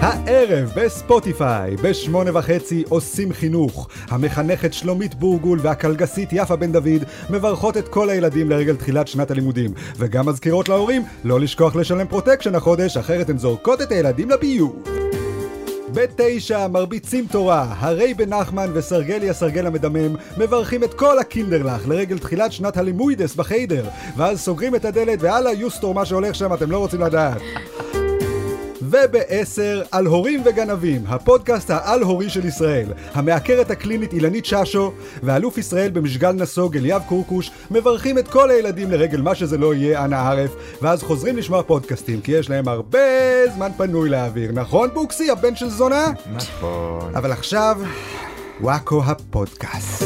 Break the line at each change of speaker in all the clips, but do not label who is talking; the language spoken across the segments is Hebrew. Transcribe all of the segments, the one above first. הערב בספוטיפיי, בשמונה וחצי עושים חינוך. המחנכת שלומית בורגול והקלגסית יפה בן דוד מברכות את כל הילדים לרגל תחילת שנת הלימודים, וגם מזכירות להורים לא לשכוח לשלם פרוטקשן החודש, אחרת הן זורקות את הילדים לביוב. בתשע מרביצים תורה, הרי בן נחמן וסרגלי הסרגל המדמם מברכים את כל הקינדרלך לרגל תחילת שנת הלימוידס בחיידר ואז סוגרים את הדלת והלאה יוסטור מה שהולך שם אתם לא רוצים לדעת ובעשר, על הורים וגנבים, הפודקאסט העל-הורי של ישראל. המעקרת הקלינית אילנית ששו, ואלוף ישראל במשגל נסוג אליאב קורקוש, מברכים את כל הילדים לרגל מה שזה לא יהיה, אנא ערף, ואז חוזרים לשמוע פודקאסטים, כי יש להם הרבה זמן פנוי להעביר, נכון בוקסי, הבן של זונה?
נכון.
אבל עכשיו, וואקו הפודקאסט.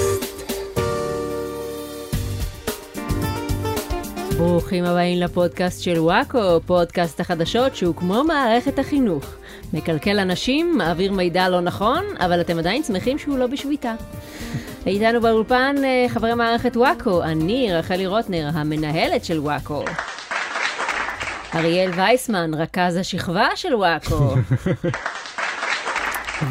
ברוכים הבאים לפודקאסט של וואקו, פודקאסט החדשות שהוא כמו מערכת החינוך. מקלקל אנשים, מעביר מידע לא נכון, אבל אתם עדיין שמחים שהוא לא בשביתה. איתנו באולפן אה, חברי מערכת וואקו, אני רחלי רוטנר, המנהלת של וואקו. אריאל וייסמן, רכז השכבה של וואקו.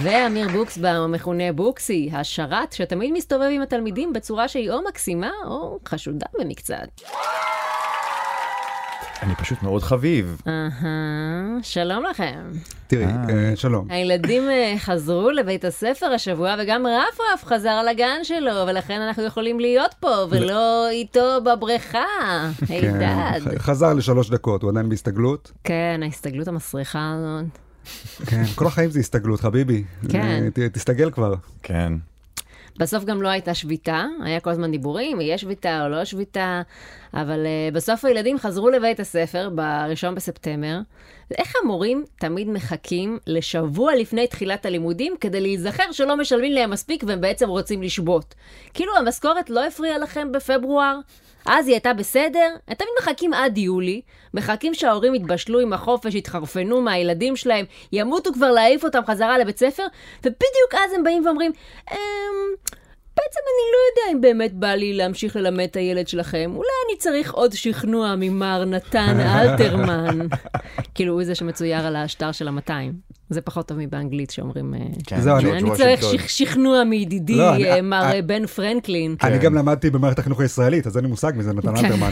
ואמיר בוקסבאום, המכונה בוקסי, השרת שתמיד מסתובב עם התלמידים בצורה שהיא או מקסימה או חשודה במקצת.
אני פשוט מאוד חביב.
אהה, שלום לכם.
תראי, אה, שלום.
הילדים אה, חזרו לבית הספר השבוע, וגם רפרף חזר לגן שלו, ולכן אנחנו יכולים להיות פה, ולא איתו בבריכה.
כן,
הידד.
ח- חזר לשלוש דקות, הוא עדיין בהסתגלות.
כן, ההסתגלות המסריחה הזאת.
כן, כל החיים זה הסתגלות, חביבי.
כן.
אה, ת- תסתגל כבר.
כן.
בסוף גם לא הייתה שביתה, היה כל הזמן דיבורים, יהיה שביתה או לא שביתה, אבל uh, בסוף הילדים חזרו לבית הספר בראשון בספטמר. איך המורים תמיד מחכים לשבוע לפני תחילת הלימודים כדי להיזכר שלא משלמים להם מספיק והם בעצם רוצים לשבות? כאילו המשכורת לא הפריעה לכם בפברואר? אז היא הייתה בסדר? הם תמיד מחכים עד יולי, מחכים שההורים יתבשלו עם החופש, יתחרפנו מהילדים שלהם, ימותו כבר להעיף אותם חזרה לבית ספר, ובדיוק אז הם באים ואומרים, אמ... בעצם אני לא יודע אם באמת בא לי להמשיך ללמד את הילד שלכם. אולי אני צריך עוד שכנוע ממר נתן אלתרמן. כאילו, הוא זה שמצויר על השטר של ה-200. זה פחות טוב מבאנגלית שאומרים... אה,
כן,
זהו, לא, אני-
ג'ורג'
אני צריך
וושינגטון.
שכ- שכנוע מידידי
לא, אני-
אה, מר
אה,
אה, בן פרנקלין.
אני
כן.
גם למדתי במערכת החינוך הישראלית, אז אין לי מושג מזה, נתן אלתרמן.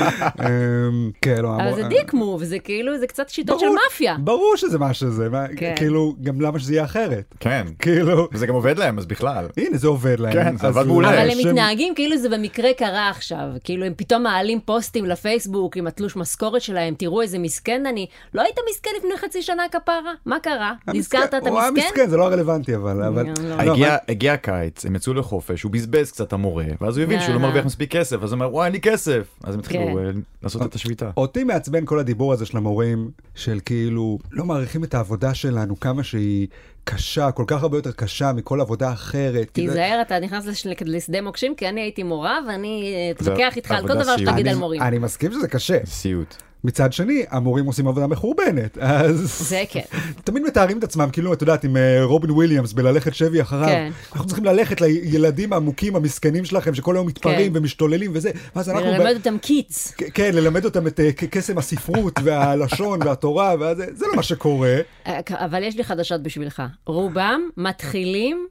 אמ, כן, לא,
כן. אבל
אמור-
זה דיק מוב, זה כאילו, זה קצת שיטות של
ברור-
מאפיה.
ברור שזה מה שזה, מה-
כן.
כאילו, גם למה שזה יהיה אחרת?
כן.
כאילו,
וזה גם עובד להם, אז בכלל.
הנה, זה עובד להם.
כן, זה
אז לא.
עבד מעולה.
אבל
אה,
הם
שם-
מתנהגים כאילו זה במקרה קרה עכשיו, כאילו הם פתאום מעלים פוסטים לפייסבוק עם התלוש משכורת שלהם, תראו איזה מסכן אני. לא היית מסכן לפני חצי שנה כפרה? מה קרה? נזכרת אתה
הוא היה
מסכן?
מסכן, זה לא רלוונטי, אבל... אבל-
לא, לא.
לא, אבל-
הגיע, הגיע הקיץ, הם יצאו לחופש, הוא בזבז קצת המורה, ואז הוא הבין שהוא לא
אה.
מרוויח מספיק כסף, אז הוא אומר, וואי, אין לי כסף. אז הם התחילו
כן. אוקיי.
אה, לעשות את השביתה.
אותי מעצבן כל הדיבור הזה של המורים, של כאילו, לא מעריכים את העבודה שלנו, כמה שהיא קשה, כל כך הרבה יותר קשה מכל עבודה אחרת. כאילו,
תיזהר, אתה נכנס לש- לשדה מוקשים, כי אני הייתי מורה, ואני אה,
זה
אתווכח איתך על כל
עבודה
דבר
סיוט.
שתגיד
אני-
על מורים.
אני מסכים שזה קשה.
סיוט.
מצד שני, המורים עושים עבודה מחורבנת, אז...
זה כן.
תמיד מתארים את עצמם, כאילו, את יודעת, עם אה, רובין וויליאמס בללכת שבי אחריו.
כן.
אנחנו צריכים ללכת לילדים העמוקים, המסכנים שלכם, שכל היום מתפרעים
כן.
ומשתוללים וזה, ואז אנחנו...
ללמד אותם קיץ.
ב- כן, ללמד אותם את אה, ק- קסם הספרות והלשון והתורה, ואז זה- זה לא מה שקורה.
אה, אבל יש לי חדשות בשבילך. רובם מתחילים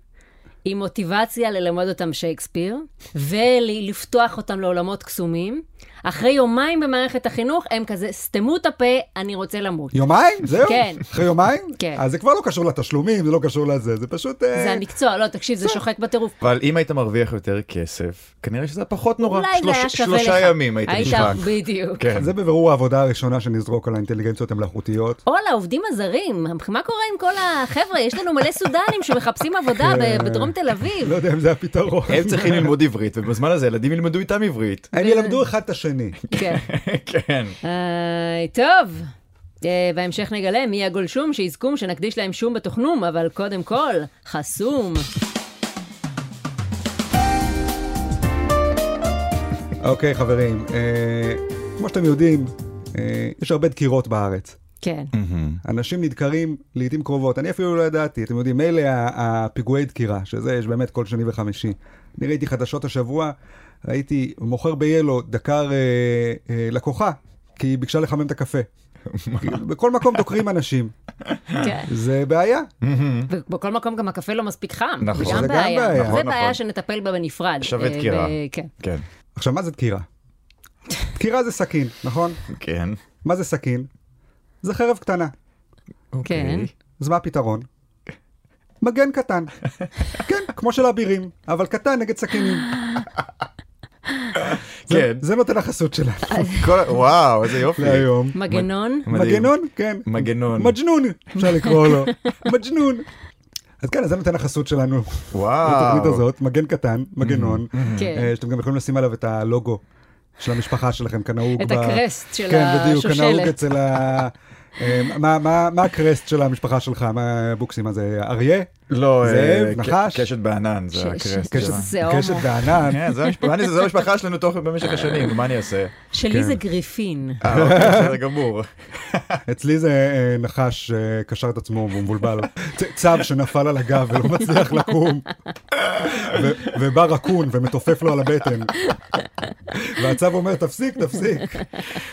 עם מוטיבציה ללמד אותם שייקספיר, ולפתוח אותם לעולמות קסומים. אחרי יומיים במערכת החינוך, הם כזה, סתמו את הפה, אני רוצה למות.
יומיים? זהו?
כן.
אחרי יומיים?
כן.
אז זה כבר לא קשור לתשלומים, זה לא קשור לזה, זה פשוט... אה,
זה המקצוע, לא, תקשיב, זה שוחק בטירוף.
אבל אם היית מרוויח יותר כסף, כנראה שזה היה פחות נורא.
אולי זה
שלוש-
היה שווה לך.
שלושה ימים היית נשחק.
בדיוק.
כן.
זה בבירור העבודה הראשונה שנזרוק על האינטליגנציות המלאכותיות.
או על העובדים הזרים, מה קורה עם כל החבר'ה? יש לנו מלא סודנים שמחפשים עבודה ב- בדרום תל אביב.
לא יודע אם זה הפתרון.
הם צריכים ללמוד עברית, ובזמן הזה ילדים ילמדו איתם עברית.
הם ילמדו אחד את השני.
כן.
כן.
אה, טוב, אה, בהמשך נגלה מי הגולשום שיזכום שנקדיש להם שום בתוכנום, אבל קודם כל, חסום.
אוקיי, חברים, אה, כמו שאתם יודעים, אה, יש הרבה דקירות בארץ.
כן.
אנשים נדקרים לעיתים קרובות, אני אפילו לא ידעתי, אתם יודעים, אלה ה- הפיגועי דקירה, שזה יש באמת כל שני וחמישי. אני ראיתי חדשות השבוע, ראיתי מוכר ביאלו דקר אה, אה, לקוחה, כי היא ביקשה לחמם את הקפה. כאילו, בכל מקום דוקרים אנשים, זה בעיה.
כן. ובכל מקום גם הקפה לא מספיק חם.
נכון.
זה
זה גם
גם
בעיה.
בעיה.
זה
נכון,
בעיה
נכון.
שנטפל בה בנפרד.
שווה
אה,
דקירה.
ב- כן.
כן.
עכשיו, מה זה דקירה? דקירה זה סכין, נכון?
כן.
מה זה סכין? זה חרב קטנה.
כן.
אוקיי.
אז מה הפתרון? מגן קטן. כן, כמו של אבירים, אבל קטן נגד סכינים. זה-
כן.
זה נותן החסות שלנו
כל ה- וואו, איזה יופי.
להיום.
מגנון,
מדהים.
מגנון? כן.
מגנון.
מג'נון, אפשר לקרוא לו. מג'נון. אז כן, אז זה נותן החסות שלנו,
וואו. Mm-hmm.
התוכנית הזאת, מגן קטן, מגנון,
כן.
אה, שאתם גם יכולים לשים עליו את הלוגו של המשפחה שלכם, כנהוג.
את
ב-
הקרסט של
כן, בדיוק, כנהוג
השושלת.
אצל ה... אה, מה- מה מה הקרסט של המשפחה שלך? מה בוקסים? מה זה אריה?
לא, אה,
זאב,
ק-
נחש.
קשת בענן, זה
ש-
הקרסט.
ש-
קשת
שלה.
זה הומו.
קשת וענן.
כן, זה המשפחה- אני- זה המשפחה שלנו תוך במשך השנים, מה אני אעשה?
שלי זה גריפין.
אה, אוקיי, בסדר גמור.
אצלי זה אה, נחש שקשר את עצמו והוא מבולבל. צ- צב שנפל על הגב ולא מצליח לקום. ו- ובא רקון ומתופף לו על הבטן. והצב אומר, תפסיק, תפסיק.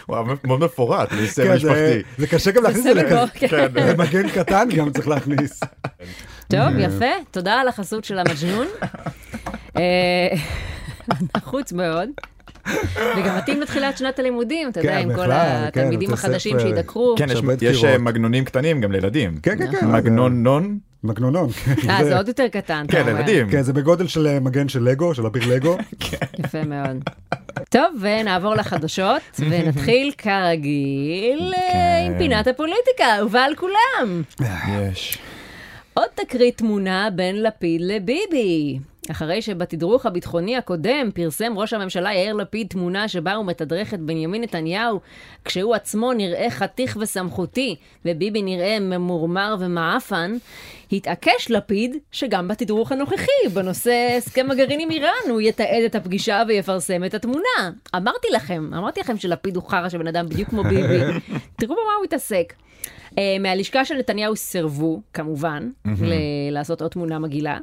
וואו, מאוד מפורט, לי סמל
כן, זה-
משפחתי.
זה קשה גם להכניס את זה
סמל מאוד,
לכזה.
כן.
זה מגן קטן גם צריך להכניס.
טוב, יפה, תודה על החסות של המג'נון. אה, נחוץ מאוד. וגם מתאים לתחילת שנת הלימודים, אתה יודע,
כן,
עם כל
בכלל, כן,
התלמידים
בתי
החדשים
ספר.
שידקרו.
כן, יש-
הרבה
יש
דקירות.
אה, מגנונים קטנים גם לילדים.
כן, כן, כן.
מגנון נון?
מגנונון. כן.
אה,
זה-
זה עוד יותר קטן, אתה
כן,
אומר.
לילדים.
כן, זה בגודל של אה, מגן של לגו, של אביר לגו.
יפה מאוד. טוב, ונעבור לחדשות, ונתחיל כרגיל אה, עם פינת הפוליטיקה, ובעל כולם.
יש.
עוד תקרית תמונה בין לפיד לביבי. אחרי שבתדרוך הביטחוני הקודם פרסם ראש הממשלה יאיר לפיד תמונה שבה הוא מתדרך את בנימין נתניהו כשהוא עצמו נראה חתיך וסמכותי וביבי נראה ממורמר ומעפן, התעקש לפיד שגם בתדרוך הנוכחי בנושא הסכם הגרעין עם איראן הוא יתעד את הפגישה ויפרסם את התמונה. אמרתי לכם, אמרתי לכם שלפיד הוא חרא שבן אדם בדיוק כמו ביבי. תראו במה הוא התעסק. אה, מהלשכה של נתניהו סירבו, כמובן, ל- לעשות עוד תמונה מגעילה.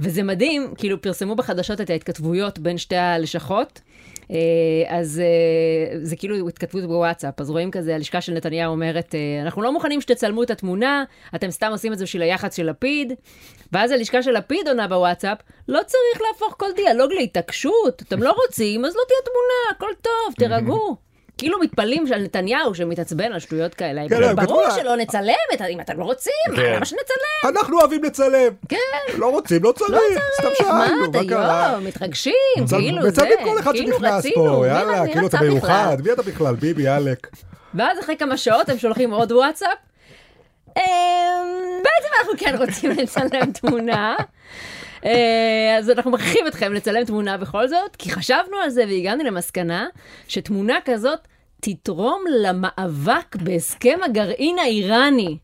וזה מדהים, כאילו פרסמו בחדשות את ההתכתבויות בין שתי הלשכות. אה, אז אה, זה כאילו התכתבות בוואטסאפ, אז רואים כזה, הלשכה של נתניהו אומרת, אה, אנחנו לא מוכנים שתצלמו את התמונה, אתם סתם עושים את זה בשביל היח"צ של לפיד. ואז הלשכה של לפיד עונה בוואטסאפ, לא צריך להפוך כל דיאלוג להתעקשות, אתם לא רוצים, אז לא תהיה תמונה, הכל טוב, תירגעו. כאילו מתפלאים על נתניהו שמתעצבן על שטויות כאלה,
כן, לא, הם כתבו
ברור
לה-
שלא נצלם, את ה- אם אתם לא רוצים, מה,
כן.
למה שנצלם?
אנחנו אוהבים לצלם.
כן.
לא רוצים, לא צריך. סתם
מה,
שאלנו, מה קרה?
דיו, מתרגשים,
מצב-
כאילו זה,
מצלמים כל אחד
כאילו
שנכנס
רצינו,
פה,
מי-
יאללה,
מי
כאילו אתה
רצה בכלל?
מיוחד, מי אתה בכלל, ביבי, עלק.
ואז אחרי כמה שעות הם שולחים עוד וואטסאפ. אמ, בעצם אנחנו כן רוצים לצלם תמונה. אה, אז אנחנו מכריחים אתכם לצלם תמונה בכל זאת, כי חשבנו על זה והגענו למסקנה שתמונה כזאת תתרום למאבק בהסכם הגרעין האיראני.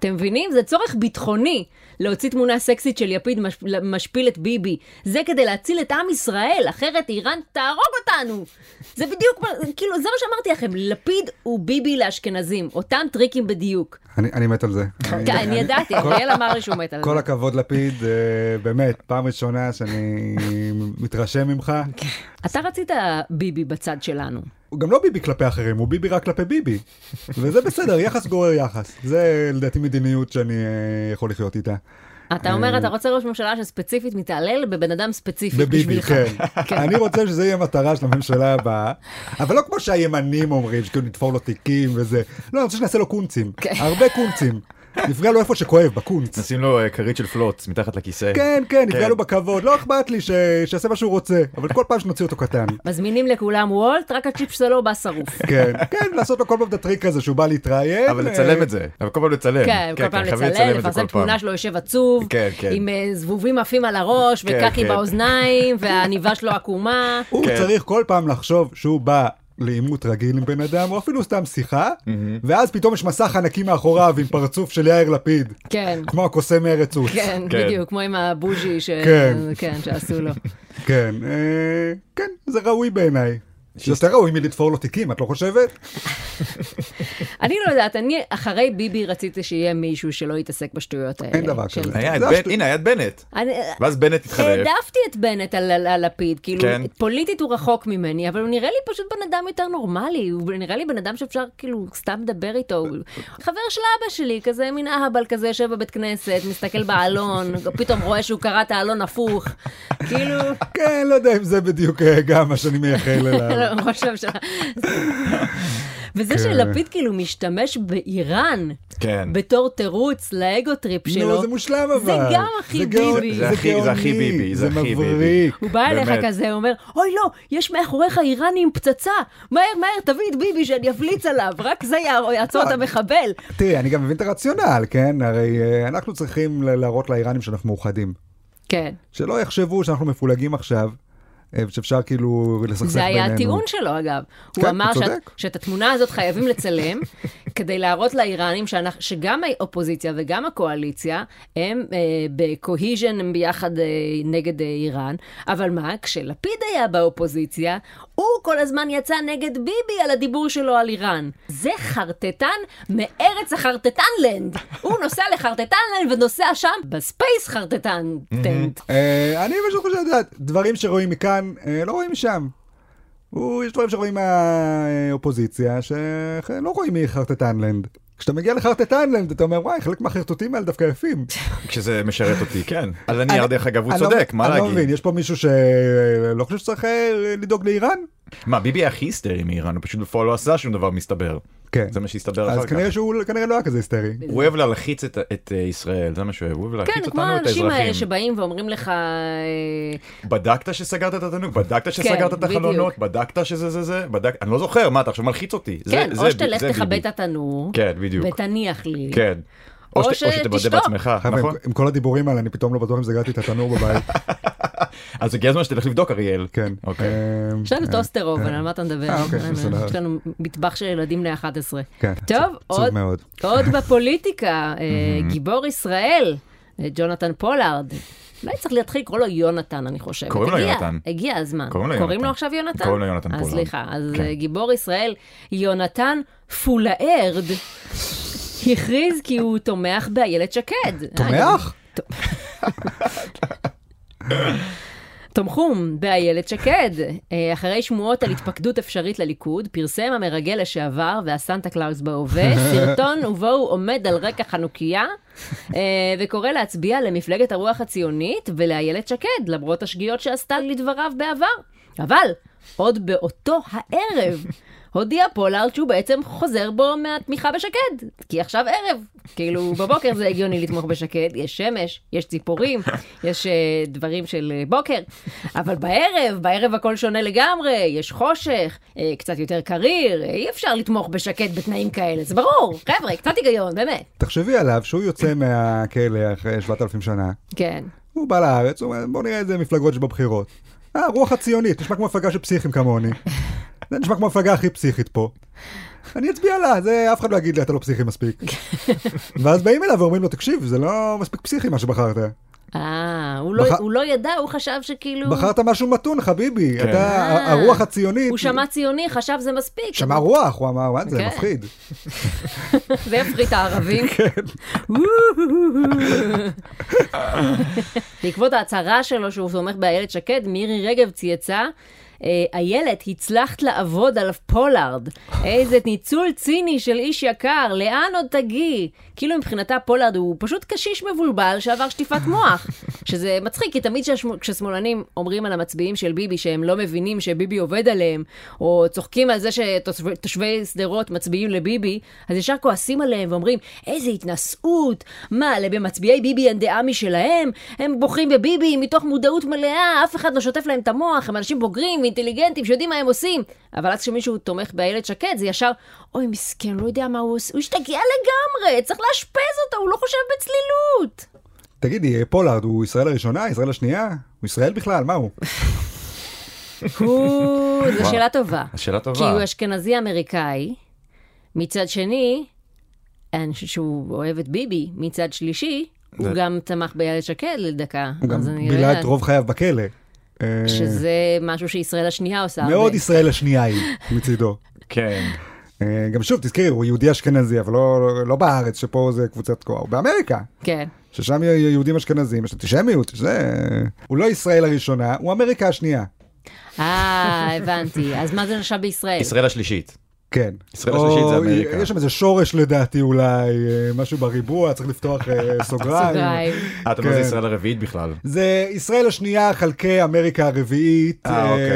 אתם מבינים? זה צורך ביטחוני להוציא תמונה סקסית של יפיד מש... משפיל את ביבי. זה כדי להציל את עם ישראל, אחרת איראן תהרוג אותנו. זה בדיוק, מה- כאילו, זה מה שאמרתי לכם, לפיד הוא ביבי לאשכנזים, אותם טריקים בדיוק.
אני אני מת על זה.
כן, אני ידעתי,
כל-
אריאל אמר לי שהוא מת על זה.
כל הכבוד לפיד, אה, באמת, פעם ראשונה שאני מתרשם ממך.
אתה רצית ביבי בצד שלנו.
הוא גם לא ביבי כלפי אחרים, הוא ביבי רק כלפי ביבי. וזה בסדר, יחס גורר יחס. זה לדעתי מדיניות שאני אה, יכול לחיות איתה.
אתה אומר, אתה רוצה ראש ממשלה שספציפית מתעלל בבן אדם ספציפי
בביבי,
בשבילך.
כן. אני רוצה שזה יהיה מטרה של הממשלה הבאה, אבל לא כמו שהימנים אומרים, שכאילו נתפור לו תיקים וזה. לא, אני רוצה שנעשה לו קונצים.
כן.
הרבה קונצים. נפגע לו איפה שכואב, בקונץ.
נשים לו אה, כרית של פלוץ מתחת לכיסא.
כן, כן, נפגע לו בכבוד, לא אכפת לי ש- שיעשה מה שהוא רוצה, אבל כל פעם שנוציא אותו קטן.
מזמינים לכולם וולט, רק הצ'יפ שלו בא שרוף.
כן, כן, לעשות לו כל פעם את הטריק הזה שהוא בא להתראיין.
אבל
אה,
לצלם את זה. אבל כל פעם לצלם.
כן, כל פעם
חייבים
לצלם,
את זה
לפרסם
כל פעם.
תמונה שלו יושב עצוב,
כן, כן.
עם אה, זבובים עפים על הראש,
כן,
וקקי
כן.
באוזניים, והעניבה שלו עקומה.
הוא
כן.
צריך כל פעם לחשוב שהוא בא. לעימות רגיל עם בן אדם, או אפילו סתם שיחה, ואז פתאום יש מסך ענקי מאחוריו עם פרצוף של יאיר לפיד,
כן,
כמו הקוסם מארץ עוץ.
כן,
כן.
בדיוק, כמו עם הבוז'י ש-
כן.
כן, שעשו לו.
כן, אה, כן, זה ראוי בעיניי. זה יותר ראוי מלתפור לו תיקים, את לא חושבת?
אני לא יודעת, אני אחרי ביבי רציתי שיהיה מישהו שלא יתעסק בשטויות האלה.
אין דבר
של-
כזה.
היה את
זה
בנט-
השטות.
אה, הנה, היה את בנט.
אני-
ואז בנט התחלף.
העדפתי את בנט על- על על לפיד, כאילו,
כן.
פוליטית הוא רחוק ממני, אבל הוא נראה לי פשוט בן אדם יותר נורמלי, הוא נראה לי בן אדם שאפשר כאילו סתם לדבר איתו. הוא חבר של אבא שלי, כזה מין אהבל כזה, יושב בבית כנסת, מסתכל בעלון, פתאום רואה שהוא קרא את העלון הפוך, כאילו,
כן, לא יודע אם זה בדיוק אה, גם מה שאני מייחל אליו.
לא, ראש הממשלה. וזה שלפיד כאילו משתמש באיראן
כן.
בתור תירוץ לאגו טריפ שלו.
נו, זה מושלם אבל.
זה גם הכי
זה גאון-
ביבי.
זה הכי- זה הכי
גאוני,
ביבי, זה הכי ביבי.
מבריק.
הוא בא אליך
באמת.
כזה, אומר, אוי לא, יש מאחוריך איראני עם פצצה, מהר, מהר, תביא את ביבי שאני אפליץ עליו, רק זה יע- יעצור את המחבל.
תראי, אני גם מבין את הרציונל, כן? הרי אה, אנחנו צריכים ל- להראות לאיראנים שאנחנו מאוחדים.
כן,
שלא יחשבו שאנחנו מפולגים עכשיו, אה, ושאפשר כאילו לסכסך בינינו.
זה היה הטיעון שלו אגב.
כן,
הוא אמר
הוא
שאת-
צודק.
שאת התמונה הזאת חייבים לצלם, כדי להראות לאיראנים שאנחנו- שגם האופוזיציה וגם הקואליציה הם אה, בקוהיז'ן הם ביחד אה, נגד אה, איראן, אבל מה, כשלפיד היה באופוזיציה, הוא כל הזמן יצא נגד ביבי על הדיבור שלו על איראן. זה חרטטן מארץ החרטטנלנד. הוא נוסע לחרטטנלנד ונוסע שם בספייס חרטטנטנד.
אה, אני פשוט חושב, את יודעת, דברים שרואים מכאן, אה, לא רואים משם. הוא- יש דברים שרואים מהאופוזיציה, שלא רואים מחרטטנלנד. כשאתה מגיע לחרטטנלנד, אתה אומר, וואי, חלק מהחרטוטים האלה דווקא יפים.
כשזה משרת אותי, כן. על הנייר, דרך אגב, הוא
אני לא-
צודק, מה
אני לא מבין,
להגיד?
יש פה מישהו שלא חושב שצריך אה, לדאוג לאיראן?
מה, ביבי היה הכי היסטרי מאיראן, הוא פשוט בפועל לא עשה שום דבר, מסתבר.
כן.
זה מה שהסתבר
אז
אחר כך.
כנראה שהוא כנראה לא היה כזה היסטרי.
הוא אוהב להלחיץ את- את אה, ישראל, זה מה שהוא אוהב, הוא אוהב
כן,
להלחיץ
כמו
אותנו, את
האנשים האלה
האזרחים.
שבאים ואומרים לך, אה,
בדקת שסגרת את התנור, בדקת שסגרת את
כן, בדיוק.
החלונות, בדקת שזה זה זה, בדק... אני לא זוכר, מה אתה עכשיו מלחיץ אותי. זה-
כן,
זה
או
ב-
שתלך
זה
תכבה
ביבי.
את התנור,
כן, בדיוק.
ותניח לי.
כן.
או
או, שת- או שתוודא
שתשתוק.
בעצמך,
חבר'ה,
נכון?
עם- עם כל הדיבורים האלה, אני פתאום לא בטוח אם סגרתי את התנור בבית.
אז הגיע הזמן שתלך לבדוק, אריאל.
כן.
אוקיי.
אה,
יש לנו טוסטר אובן, על מה אתה מדבר?
אה, אוקיי, בסדר.
יש לנו מטבח של ילדים בני 11.
כן,
טוב,
עצוב
עוד- אה,
מאוד.
עוד בפוליטיקה, אה, גיבור ישראל, אה, ג'ונתן פולארד. אולי צריך להתחיל לקרוא לו יונתן, אני חושבת.
קוראים לו
הגיע-
יונתן.
הגיע הזמן.
קוראים לו
קוראים
יונתן.
לו עכשיו יונתן?
קוראים לו יונתן
אז
פולארד.
סליחה, אז
כן.
אה, גיבור ישראל, יונתן פולארד, הכריז כי הוא תומך באיילת שקד. אגב,
תומך?
תומכום באיילת שקד. אה, אחרי שמועות על התפקדות אפשרית לליכוד, פרסם המרגל לשעבר והסנטה קלאוס בהווה סרטון ובו הוא עומד על רקע חנוכיה אה, וקורא להצביע למפלגת הרוח הציונית ולאיילת שקד, למרות השגיאות שעשתה לדבריו בעבר. אבל עוד באותו הערב הודיע פולארד שהוא בעצם חוזר בו מהתמיכה בשקד, כי עכשיו ערב. כאילו, בבוקר זה הגיוני לתמוך בשקד, יש שמש, יש ציפורים, יש אה, דברים של אה, בוקר, אבל בערב, בערב הכל שונה לגמרי, יש חושך, אה, קצת יותר קריר, אה, אי אפשר לתמוך בשקד בתנאים כאלה, זה ברור, חבר'ה, קצת היגיון, באמת.
תחשבי עליו שהוא יוצא מהכלא אחרי 7,000 שנה,
כן.
הוא בא לארץ, הוא אומר, בוא נראה איזה מפלגות יש בבחירות. אה, הרוח הציונית, נשמע כמו מפלגה של פסיכים כמוני. זה נשמע כמו המפלגה הכי פסיכית פה. אני אצביע לה, זה אף אחד לא יגיד לי, אתה לא פסיכי מספיק. ואז באים אליו ואומרים לו, תקשיב, זה לא מספיק פסיכי מה שבחרת.
אה, הוא, לא,
בח-
הוא לא ידע, הוא חשב שכאילו...
בחרת משהו מתון, חביבי,
כן.
אתה
אה.
הרוח הציונית.
הוא שמע ציוני, חשב זה מספיק.
שמע רוח, הוא אמר, מה זה,
כן.
מפחיד.
זה יפחית הערבים. בעקבות ההצהרה שלו שהוא תומך באיילת שקד, מירי רגב צייצה, "אה, איילת, הצלחת לעבוד על פולארד. איזה ניצול ציני של איש יקר, לאן עוד תגיעי? כאילו מבחינתה פולארד הוא פשוט קשיש מבולבל שעבר שטיפת מוח. שזה מצחיק, כי תמיד כשהשמ- כששמאלנים אומרים על המצביעים של ביבי שהם לא מבינים שביבי עובד עליהם, או צוחקים על זה שתושבי שדרות מצביעים לביבי, אז ישר כועסים עליהם ואומרים, איזה התנשאות, מה, למצביעי ביבי אין דעה משלהם? הם בוחרים בביבי מתוך מודעות מלאה, אף אחד לא שוטף להם את המוח, הם אנשים בוגרים ואינטליגנטים שיודעים מה הם עושים. אבל אז כשמישהו תומך באיילת שקד, זה ישר, אוי מסכן, לא יודע מה הוא עושה, הוא השתגע לגמרי, צריך לאשפז אותו, הוא לא חושב בצלילות.
תגידי, פולארד הוא ישראל הראשונה, ישראל השנייה? הוא ישראל בכלל, מה הוא?
הוא, זו
וואו.
שאלה טובה.
השאלה טובה.
כי הוא אשכנזי אמריקאי, מצד שני, אני חושבת שהוא אוהב את ביבי, מצד שלישי, הוא
זה-
גם תמך באיילת שקד לדקה.
הוא גם
אז אני לא
בילה את
יודעת
רוב חייו בכלא. אה,
שזה משהו שישראל השנייה עושה הרבה.
מאוד ישראל השנייה היא מצידו.
כן.
אה, גם שוב, תזכרי, הוא יהודי אשכנזי, אבל לא, לא בארץ, שפה זה קבוצת כוח, הוא באמריקה,
כן.
ששם יהיו יהודים אשכנזים, יש אנטישמיות, שזה... הוא לא ישראל הראשונה, הוא אמריקה השנייה.
אה, הבנתי. אז מה זה נחשב בישראל?
ישראל השלישית.
כן.
ישראל השלישית זה
או-
אמריקה.
יש שם איזה שורש לדעתי אולי, אה, משהו בריבוע, צריך לפתוח אה, סוגריים.
סוגריים.
אה, אתה אומר זה
כן.
ישראל הרביעית בכלל.
זה ישראל השנייה חלקי אמריקה הרביעית.
אה,
אה,
אוקיי.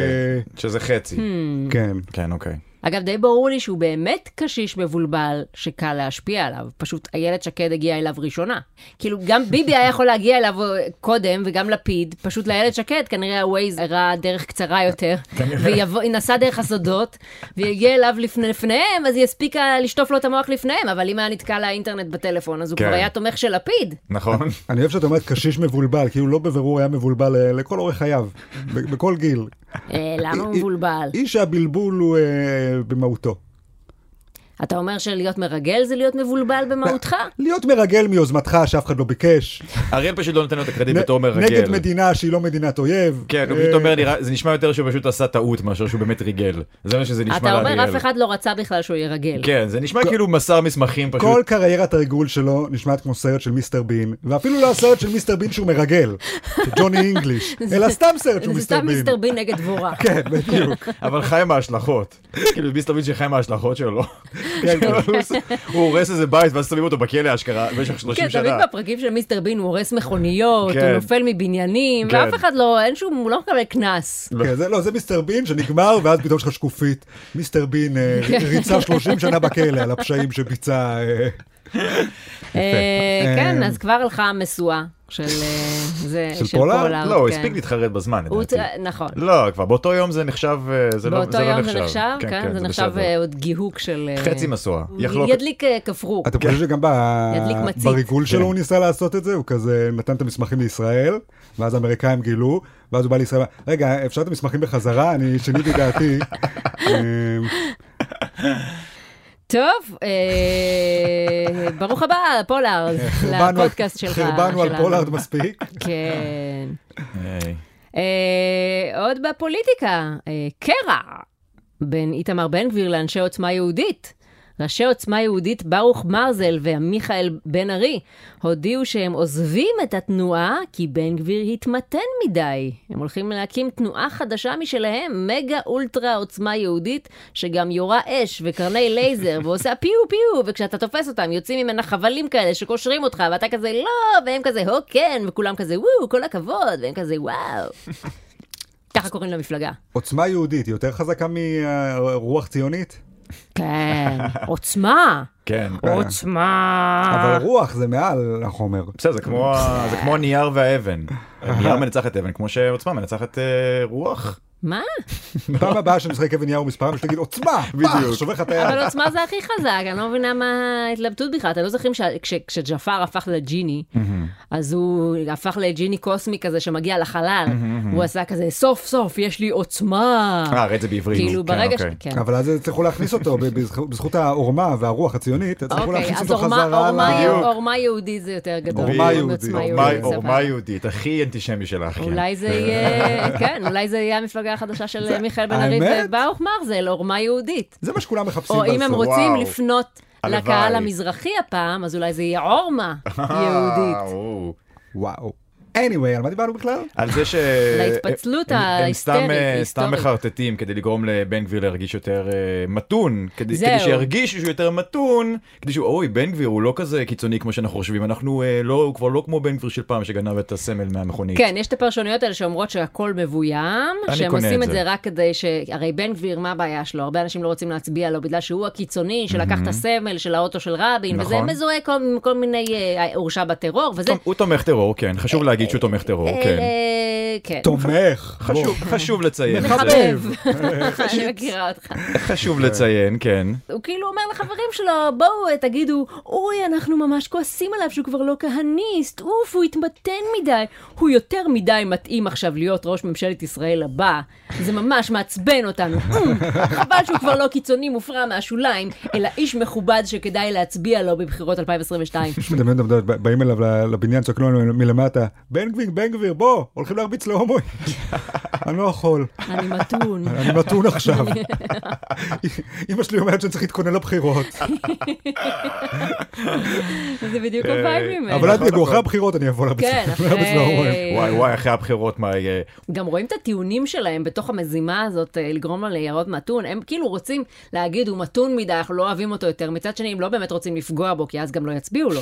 שזה חצי.
Hmm. Mm.
כן.
כן, אוקיי.
אגב, די ברור לי שהוא באמת קשיש מבולבל שקל להשפיע עליו. פשוט איילת שקד הגיעה אליו ראשונה. כאילו, גם ביבי היה יכול להגיע אליו אה, קודם, וגם לפיד, פשוט לאיילת שקד כנראה הווייז הראה דרך קצרה יותר, והיא נסעה דרך הסודות, והיא הגיעה אליו לפני, לפניהם, אז היא הספיקה לשטוף לו את המוח לפניהם, אבל אם היה נתקע לה האינטרנט בטלפון, אז הוא
כן.
כבר היה תומך של לפיד.
נכון?
אני אוהב שאת אומרת קשיש מבולבל, כאילו לא בבירור היה מבולבל אה, לכל אורך חייו, ב- בכל גיל.
אה, למה הוא
אי-
מבולבל?
איש שהבלבול הוא אה, במהותו.
אתה אומר שלהיות מרגל זה להיות מבולבל במהותך?
להיות מרגל מיוזמתך שאף אחד לא ביקש.
אריאל פשוט לא נותן לו את הקרדיט
נ-
בתור מרגל.
נגד מדינה שהיא לא מדינת אויב.
כן, הוא
אה,
פשוט אומר, נראה- זה נשמע יותר שהוא פשוט עשה טעות מאשר שהוא באמת ריגל. זה מה שזה נשמע
אתה
לאריאל.
אומר, אף אחד לא רצה בכלל שהוא ירגל.
כן, זה נשמע כאילו הוא מסר מסמכים
כל
פשוט.
קריירת הריגול שלו נשמעת כמו סרט של מיסטר בין, ואפילו לא הסרט של מיסטר בין שהוא מרגל, של ג'וני אינגליש, אלא סתם סרט של
זה
מיסטר
סתם מיסטר
בין.
בין נגד דבורה.
כן, בדיוק.
אבל חי עם ההשלכות. כאילו, ביסט תבין שחי עם ההשלכות שלו.
כן, כן.
הוא עושה- הוא הורס איזה בית ואז שמים אותו בכלא אשכרה במשך
כן,
30
תמיד
שנה.
בפרקים של מיסטר בין הוא הורס מכוניות, הוא
כן.
נופל מבניינים,
כן.
ואף אחד לא, אין שום, הוא לא מקבל קנס.
כן, זה לא, זה מיסטר בין שנגמר, ואז פתאום יש לך שקופית. מיסטר בין אה, ריצה 30 שנה בכלא על הפשעים שביצע. אה,
אה,
אה,
כן, אז כבר הלכה המשואה של אה, זה-
של
של
פולארד?
פולארד.
לא, הוא
כן.
הספיק להתחרט בזמן,
הוא-
לדעתי.
נכון.
לא, כבר באותו יום זה נחשב, אה, זה לא
באותו
לא
יום זה נחשב, כן, זה נחשב
בסדר.
אה, עוד גיהוק של... אה,
חצי משואה.
הוא
יחלוק...
ידליק אה, כפרור.
אתם חושבים שגם ב-
ידליק מצית.
בריגול שלו
כן.
הוא ניסה לעשות את זה? הוא כזה נתן את המסמכים לישראל, ואז האמריקאים גילו, ואז הוא בא לישראל, ואמר, רגע, אפשר את המסמכים בחזרה? אני שיניתי דעתי. אה,
טוב, אה, ברוך הבא, פולארד,
חרבנו על-
לפודקאסט שלך.
חרבנו על
שלנו.
פולארד מספיק.
כן.
היי.
אה, עוד בפוליטיקה, אה, קרע בין איתמר בן גביר לאנשי עוצמה יהודית. ראשי עוצמה יהודית ברוך מרזל ומיכאל בן ארי הודיעו שהם עוזבים את התנועה כי בן גביר התמתן מדי. הם הולכים להקים תנועה חדשה משלהם, מגה אולטרה עוצמה יהודית, שגם יורה אש וקרני לייזר ועושה פיו פיו, וכשאתה תופס אותם יוצאים ממנה חבלים כאלה שקושרים אותך, ואתה כזה לא, והם כזה הו כן, וכולם כזה וואו, כל הכבוד, והם כזה וואו. ככה קוראים למפלגה.
עוצמה יהודית היא יותר חזקה מרוח ציונית?
כן, עוצמה.
כן.
עוצמה.
אבל רוח זה מעל החומר.
בסדר, זה כמו ה- זה כמו הנייר והאבן. הנייר מנצחת אבן, כמו שעוצמה מנצחת אה, רוח.
מה?
פעם הבאה שנשחק אבן יאו מספר פעמים, שתגיד עוצמה, בדיוק,
בדיוק.
שובר לך את היד.
אבל לא- עוצמה זה הכי חזק, אני לא מבינה מה ההתלבטות בכלל. אתם לא זוכרים שכשג'פר הפך לג'יני, אז הוא הפך לג'יני קוסמי כזה שמגיע לחלל, הוא עשה כזה, סוף סוף יש לי עוצמה.
אה, הרי זה בעברית.
כאילו
כן,
ברגע ש...
אוקיי.
כן.
אבל אז הצליחו להכניס אותו, ב- בזכות- בזכות העורמה והרוח הציונית, הצליחו
אוקיי,
להכניס
אז
אותו
עורמה-
חזרה
עורמה
ל-
יהוד-
בדיוק.
עורמה יהודית זה יותר גדול.
עורמה
מעוצמה
יהודית.
עורמה-
יהודית,
עורמה
סבבה.
יהודית, הכי אנטישמי שלך. כן.
כאילו, אולי זה יהיה, כן, אולי זה יהיה המפלגה החדשה של מיכאל בן ארי
האמת?
וברוך מרזל, עורמה יהודית.
זה מה שכולם מחפשים.
או אם הם
בעשור.
רוצים
וואו.
לפנות
הלוואי.
לקהל המזרחי הפעם, אז אולי זה יהיה עורמה
אה,
יהודית.
או.
וואו. anyway, על מה דיברנו בכלל?
על זה ש...
להתפצלות
הם- הם
ההיסטרית,
סתם, אה, סתם
ההיסטורית.
מחרטטים כדי לגרום לבן גביר להרגיש יותר אה, מתון, כדי,
זהו.
כדי שירגיש שהוא יותר מתון, כדי שהוא, אוי, בן גביר הוא לא כזה קיצוני כמו שאנחנו חושבים, אנחנו אה, לא, הוא כבר לא כמו בן גביר של פעם שגנב את הסמל מהמכונית.
כן, יש את הפרשנויות האלה שאומרות שהכל מבוים,
אני
שהם
קונה
עושים
את
את זה
זה.
רק כדי ש... הרי בן גביר, מה הבעיה שלו? הרבה אנשים לא רוצים להצביע לו בגלל שהוא הקיצוני שלקח את הסמל של האוטו של רבין, וזה
Mm-hmm. נכון.
מזוהה כל- עם כל מיני, אה, הורשע בטרור וזה.
הוא תומך טרור, כן, חשוב להגיד שהוא תומך טרור,
אה,
כן.
אה, כן.
תומך.
חשוב, חשוב לציין את זה.
מחבב. אני מכירה אותך.
חשוב לציין, כן.
הוא כאילו אומר לחברים שלו, בואו אה, תגידו, אוי, אנחנו ממש כועסים עליו שהוא כבר לא כהניסט, אוף, הוא התמתן מדי. הוא יותר מדי מתאים עכשיו להיות ראש ממשלת ישראל הבא. זה ממש מעצבן אותנו. אמ, חבל שהוא כבר לא קיצוני מופרע מהשוליים, אלא איש מכובד שכדאי להצביע לו בבחירות 2022.
מדמיין אותם, באים אליו לבניין, צועקים לו מלמטה, בן גביר, בן גביר, בוא, הולכים להרביץ ייעוץ להומואים. אני לא יכול,
אני מתון.
אני מתון עכשיו. אמא שלי אומרת שאני צריך להתכונן לבחירות.
נכון. זה בדיוק הבעיה ממנו.
אה, אבל אל
נכון,
תדאגו,
נכון.
אחרי הבחירות אני אבוא לבית
כן,
לבית להומואים.
אחרי...
וואי וואי אחרי הבחירות מה יהיה.
גם רואים את הטיעונים שלהם בתוך המזימה הזאת, אה, לגרום לו להיראות מתון. הם כאילו רוצים להגיד, הוא מתון מדי, אנחנו לא אוהבים אותו יותר. מצד שני, הם לא באמת רוצים לפגוע בו, כי אז גם לא יצביעו לו.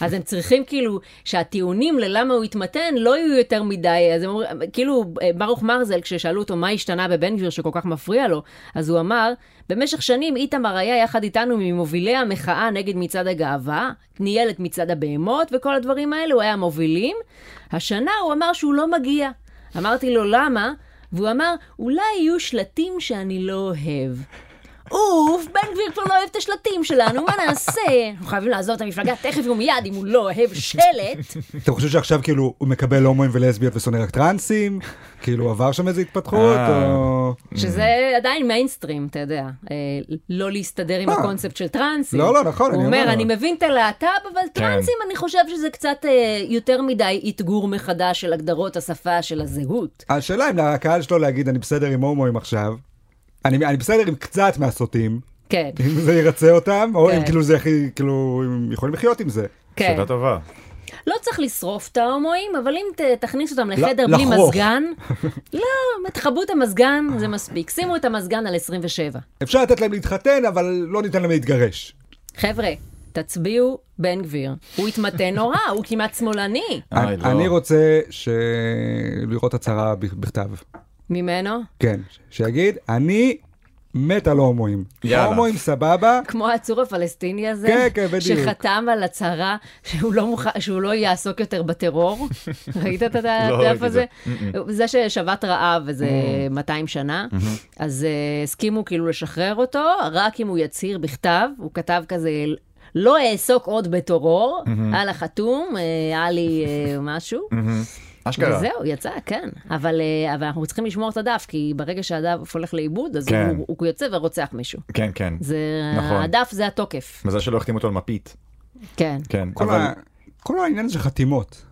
אז הם צריכים כאילו שהטיעונים ללמה הוא התמתן לא יהיו יותר מדי. אז הם אומרים, כאילו, אה, ברוך מרזל, כששאלו אותו מה השתנה בבן גביר שכל כך מפריע לו, אז הוא אמר, במשך שנים איתמר היה יחד איתנו ממובילי המחאה נגד מצעד הגאווה, ניהל את מצעד הבהמות וכל הדברים האלה, הוא היה מובילים. השנה הוא אמר שהוא לא מגיע. אמרתי לו, למה? והוא אמר, אולי יהיו שלטים שאני לא אוהב. אוף, בן גביר כבר לא אוהב את השלטים שלנו, מה נעשה? אנחנו חייבים לעזוב את המפלגה תכף ומיד אם הוא לא אוהב שלט.
אתם חושבים שעכשיו כאילו הוא מקבל הומואים ולסביות ושונא רק טרנסים? כאילו עבר שם איזו התפתחות?
אה.
או-
שזה עדיין מיינסטרים, אתה יודע. אה, לא להסתדר עם
אה.
הקונספט של טרנסים.
לא, לא, נכון,
הוא
אני
אומר,
אומר.
אני מבין את הלהט"ב, אבל טרנסים, אני חושב שזה קצת אה, יותר מדי אתגור מחדש של הגדרות השפה של הזהות.
השאלה אם לקהל שלו להגיד אני בסדר עם הומואים עכשיו, אני אני בסדר עם קצת מהסוטים,
כן,
אם זה ירצה אותם, או אם
כן.
כאילו זה הכי, כאילו, אם יכולים לחיות עם זה.
כן.
שאלה טובה.
לא צריך לשרוף את ההומואים, אבל אם ת, תכניס אותם לחדר
ל-
בלי
לחרוך.
מזגן, לא, תכבו את המזגן, זה מספיק. שימו את המזגן על 27.
אפשר לתת להם להתחתן, אבל לא ניתן להם להתגרש.
חבר'ה, תצביעו בן גביר. הוא התמתן נורא, הוא כמעט שמאלני.
אה,
אני-
לא.
אני רוצה ש- לראות הצהרה ב- בכתב.
ממנו?
כן, ש- שיגיד, אני מת על הומואים.
יאללה.
הומואים סבבה,
כמו העצור הפלסטיני הזה,
כן, כן, בדיוק.
שחתם על הצהרה שהוא לא, מוכ... שהוא לא יעסוק יותר בטרור. ראית את הדף
לא ראיתי
הזה?
זה.
זה ששבת רעב איזה
Mm.
200 שנה,
Mm-hmm.
אז אה, הסכימו כאילו לשחרר אותו, רק אם הוא יצהיר בכתב, הוא כתב כזה... לא אעסוק עוד בטרור,
Mm-hmm.
על החתום, אה, עלי אה, משהו.
אשכרה.
וזהו, יצא, כן. אבל, אה, אבל אנחנו צריכים לשמור את הדף, כי ברגע שהדף הולך לאיבוד, אז
כן.
הוא, הוא יוצא ורוצח מישהו.
כן כן.
זה,
נכון.
הדף זה התוקף.
מזל שלא החתימו אותו על מפית.
כן.
כן.
כל
אבל-
ה- כל העניין הזה של חתימות.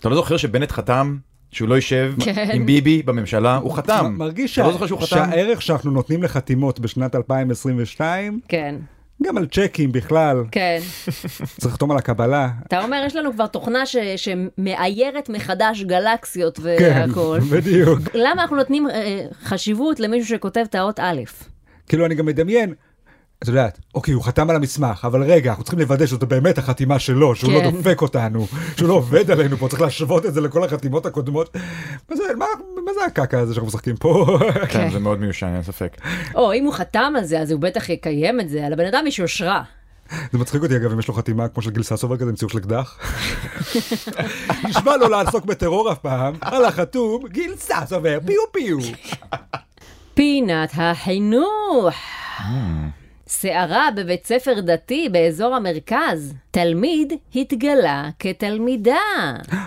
אתה לא זוכר שבנט חתם? שהוא לא יישב
כן.
עם ביבי בממשלה? הוא חתם.
מרגיש
אתה לא
שה-
זוכר שהוא חתם?
שהערך שאנחנו נותנים לחתימות בשנת 2022,
כן,
גם על צ'קים בכלל,
כן.
צריך לחתום על הקבלה.
אתה אומר, יש לנו כבר תוכנה ש... שמאיירת מחדש גלקסיות
כן,
והכול.
בדיוק.
למה אנחנו נותנים אה, חשיבות למישהו שכותב את האות א'?
כאילו אני גם מדמיין, את יודעת, אוקיי, הוא חתם על המסמך, אבל רגע, אנחנו צריכים לוודא שזו באמת החתימה שלו, שהוא לא
כן.
דופק אותנו, שהוא לא עובד עלינו פה, צריך להשוות את זה לכל החתימות הקודמות. מה זה, מה, מה זה הקקה הזה שאנחנו משחקים פה?
כן, זה מאוד מיושן, אין ספק.
או, אם הוא חתם על זה, אז הוא בטח יקיים את זה. על הבן אדם יש יושרה.
זה מצחיק אותי אגב, אם יש לו חתימה כמו של גיל ססובר כזה עם ציור של אקדח. נשבע לו לעסוק בטרור אף פעם, על החתום, גיל ססובר, פיו פיו.
פינת החינוך.
אה.
סערה בבית ספר דתי באזור המרכז. תלמיד התגלה כתלמידה.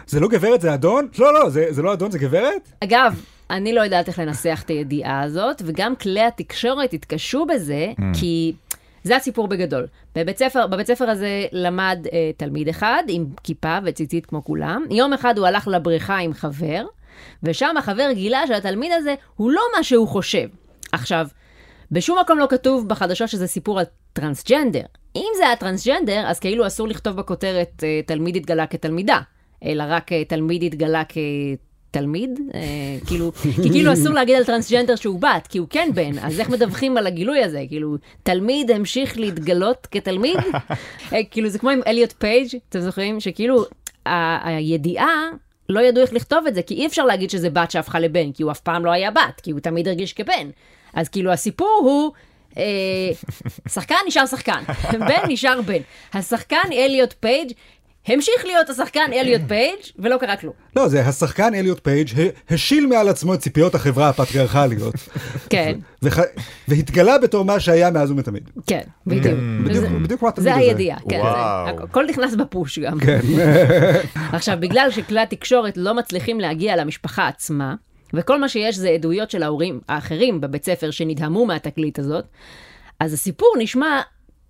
זה לא גברת, זה אדון? לא, לא, זה זה לא אדון, זה גברת?
אגב, אני לא יודעת איך לנסח את הידיעה הזאת, וגם כלי התקשורת התקשו בזה, כי זה הסיפור בגדול. בבית ספר, בבית ספר הזה למד אה, תלמיד אחד עם כיפה וציצית כמו כולם. יום אחד הוא הלך לבריכה עם חבר, ושם החבר גילה שהתלמיד הזה הוא לא מה שהוא חושב. עכשיו, בשום מקום לא כתוב בחדשות שזה סיפור על טרנסג'נדר. אם זה היה טרנסג'נדר, אז כאילו אסור לכתוב בכותרת אה, תלמיד התגלה כתלמידה, אלא רק אה, תלמיד התגלה כתלמיד, אה, כאילו, כי כאילו אסור להגיד על טרנסג'נדר שהוא בת, כי הוא כן בן, אז איך מדווחים על הגילוי הזה? כאילו, תלמיד המשיך להתגלות כתלמיד? אה, כאילו, זה כמו עם אליוט פייג', אתם זוכרים? שכאילו, ה- הידיעה... לא ידעו איך לכתוב את זה, כי אי אפשר להגיד שזה בת שהפכה לבן, כי הוא אף פעם לא היה בת, כי הוא תמיד הרגיש כבן. אז כאילו הסיפור הוא, אה, שחקן נשאר שחקן, בן נשאר בן. השחקן אליוט פייג' המשיך להיות השחקן אליוט פייג' ולא קרה כלום.
לא, זה השחקן אליוט פייג' ה- השיל מעל עצמו את ציפיות החברה הפטריארכליות.
כן,
וח... והתגלה בתור מה שהיה מאז ומתמיד.
כן, בדיוק.
בדיוק,
זה-
בדיוק כמו התלמיד
זה
הזה.
הידיעה, כן, זה-
וואו.
הכל נכנס בפוש גם.
כן.
עכשיו, בגלל שכלי התקשורת לא מצליחים להגיע למשפחה עצמה, וכל מה שיש זה עדויות של ההורים האחרים בבית ספר שנדהמו מהתקליט הזאת, אז הסיפור נשמע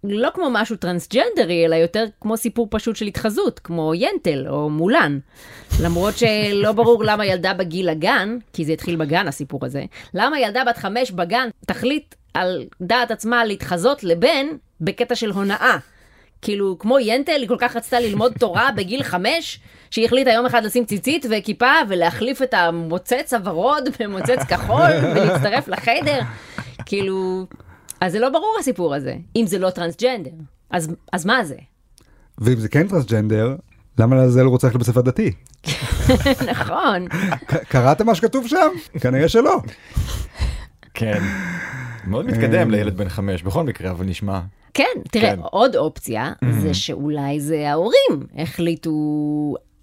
לא כמו משהו טרנסג'נדרי, אלא יותר כמו סיפור פשוט של התחזות, כמו ינטל או מולן. למרות שלא ברור למה ילדה בגיל הגן, כי זה התחיל בגן הסיפור הזה, למה ילדה בת חמש בגן תחליט על דעת עצמה להתחזות לבן בקטע של הונאה. כאילו, כמו ינטל, היא כל כך רצתה ללמוד תורה בגיל חמש, שהיא החליטה יום אחד לשים ציצית וכיפה ולהחליף את המוצץ הוורוד במוצץ כחול ולהצטרף לחדר. כאילו, אז זה לא ברור הסיפור הזה, אם זה לא טרנסג'נדר. אז, אז מה זה?
ואם זה כן טרנסג'נדר, למה לעזאזל הוא רוצה ללכת לבית ספר דתי?
נכון.
ק- קראת מה שכתוב שם? כנראה שלא.
כן. מאוד מתקדם לילד בן חמש, בכל מקרה, אבל נשמע.
כן, תראה,
כן. Mm-hmm.
עוד אופציה זה שאולי זה ההורים החליטו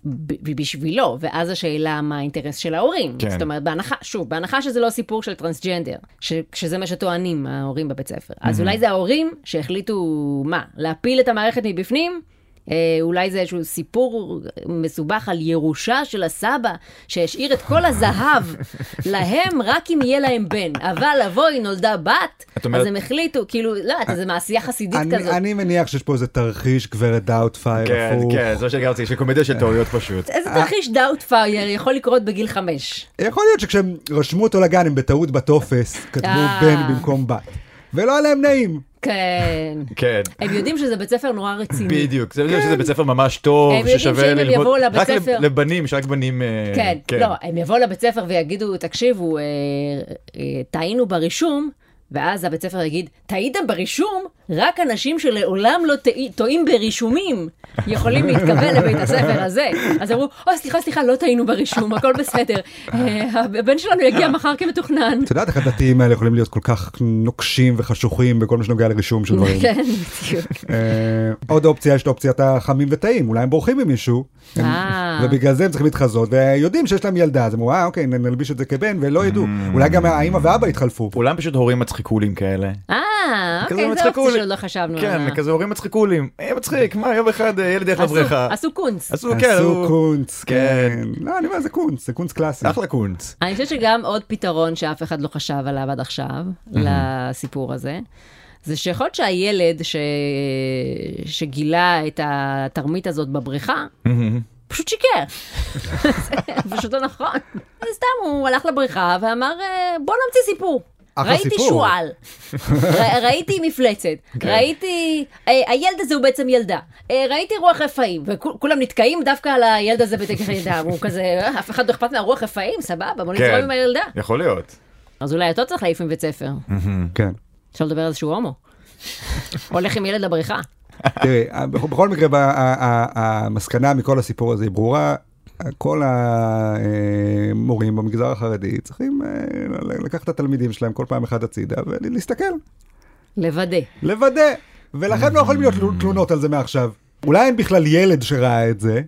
ב- בשבילו, ואז השאלה מה האינטרס של ההורים.
כן.
זאת אומרת, בהנחה, שוב, בהנחה שזה לא סיפור של טרנסג'נדר, ש- שזה מה שטוענים ההורים בבית ספר,
Mm-hmm.
אז אולי זה ההורים שהחליטו, מה, להפיל את המערכת מבפנים? אה, אולי זה איזשהו סיפור מסובך על ירושה של הסבא שהשאיר את כל הזהב להם רק אם יהיה להם בן, אבל אבוי נולדה בת,
את אומרת-
אז הם החליטו, כאילו, לא יודעת, איזה מעשייה חסידית
אני-
כזאת.
אני מניח שיש פה איזה תרחיש גברת דאוטפייר
כן,
הפוך.
כן, זה מה שגם רציתי, יש לי קומדיה של טעויות פשוט.
איזה תרחיש דאוטפייר יכול לקרות בגיל חמש?
יכול להיות שכשהם רשמו אותו לגן הם בטעות בטופס כתבו
אה.
בן במקום בת. ולא היה להם נעים.
כן.
כן.
הם יודעים שזה בית ספר נורא רציני.
בדיוק, זה בדיוק שזה בית ספר ממש טוב,
כן. הם יודעים
ששווה
שאם הם
ללמוד,
יבואו לבית
רק לב-
ספר-
לבנים, שרק בנים, אה,
כן, לא, הם יבואו לבית ספר ויגידו, תקשיבו, אה, אה, טעינו ברישום, ואז הבית ספר יגיד, טעיתם ברישום? רק אנשים שלעולם לא טעי- טועים ברישומים יכולים להתקבל לבית הספר הזה. אז אמרו, או, סליחה, סליחה, לא טעינו ברישום, הכל בסדר. אה, הבן שלנו יגיע מחר כמתוכנן.
את יודעת איך הדתיים האלה יכולים להיות כל כך נוקשים וחשוכים בכל מה שנוגע לרישום של דברים.
כן, בדיוק.
אה, עוד אופציה יש את אופציית החמים וטעים אולי הם בורחים ממישהו הם-
אה.
כן. ובגלל זה הם צריכים להתחזות ויודעים שיש להם ילדה אז הם אמרו אה אוקיי נ- נלביש את זה כבן ולא ידעו
אה.
אולי גם האמא והאבא יתחלפו.
אולי הם פשוט הורים מצחיקולים כאלה.
אה,
כזה
אוקיי, זו אופציה
מצחיקולים.
שעוד לא חשבנו
כן,
עליה.
כזה הורים מצחיקולים. אה, מצחיק, מה, יום אחד אה, ילד ילך
עשו-
לבריכה.
עשו קונץ.
עשו, כן,
עשו
הוא-
קונץ כן
כן.
לא אני אומר זה קונץ זה קונץ קלאסי.
אחלה קונץ.
אני חושבת שגם עוד פתרון שאף אחד לא חשב עליו עד עכשיו, לסיפור הזה, זה שיכול להיות שהילד ש... שגילה את התרמית הזאת בבריכה, פשוט שיקר. זה פשוט לא נכון. אז סתם, הוא הלך לבריכה ואמר, "אה, בוא נמציא סיפור.
אחלה
ראיתי
סיפור.
שועל, ר- ראיתי מפלצת,
כן.
ראיתי, אה, הילד הזה הוא בעצם ילדה, אה, ראיתי רוח רפאים, וכולם נתקעים דווקא על הילד הזה בתקף ילדה, הוא כזה, "אה, אף אחד לא אכפת מהרוח רפאים, סבבה, בוא נזרום
כן.
עם הילדה.
יכול להיות.
אז אולי אותו צריך להעיף מבית ספר,
כן.
אפשר לדבר על זה שהוא הומו. הולך עם ילד לבריכה.
תראי, בכ- בכל מקרה, ב- ה- ה- ה- המסקנה מכל הסיפור הזה היא ברורה. כל המורים במגזר החרדי צריכים אה, ל- לקחת את התלמידים שלהם כל פעם אחד הצידה ולהסתכל,
לוודא.
לוודא. ולכן לא יכולים להיות תלו- תלונות על זה מעכשיו. אולי אין בכלל ילד שראה את זה,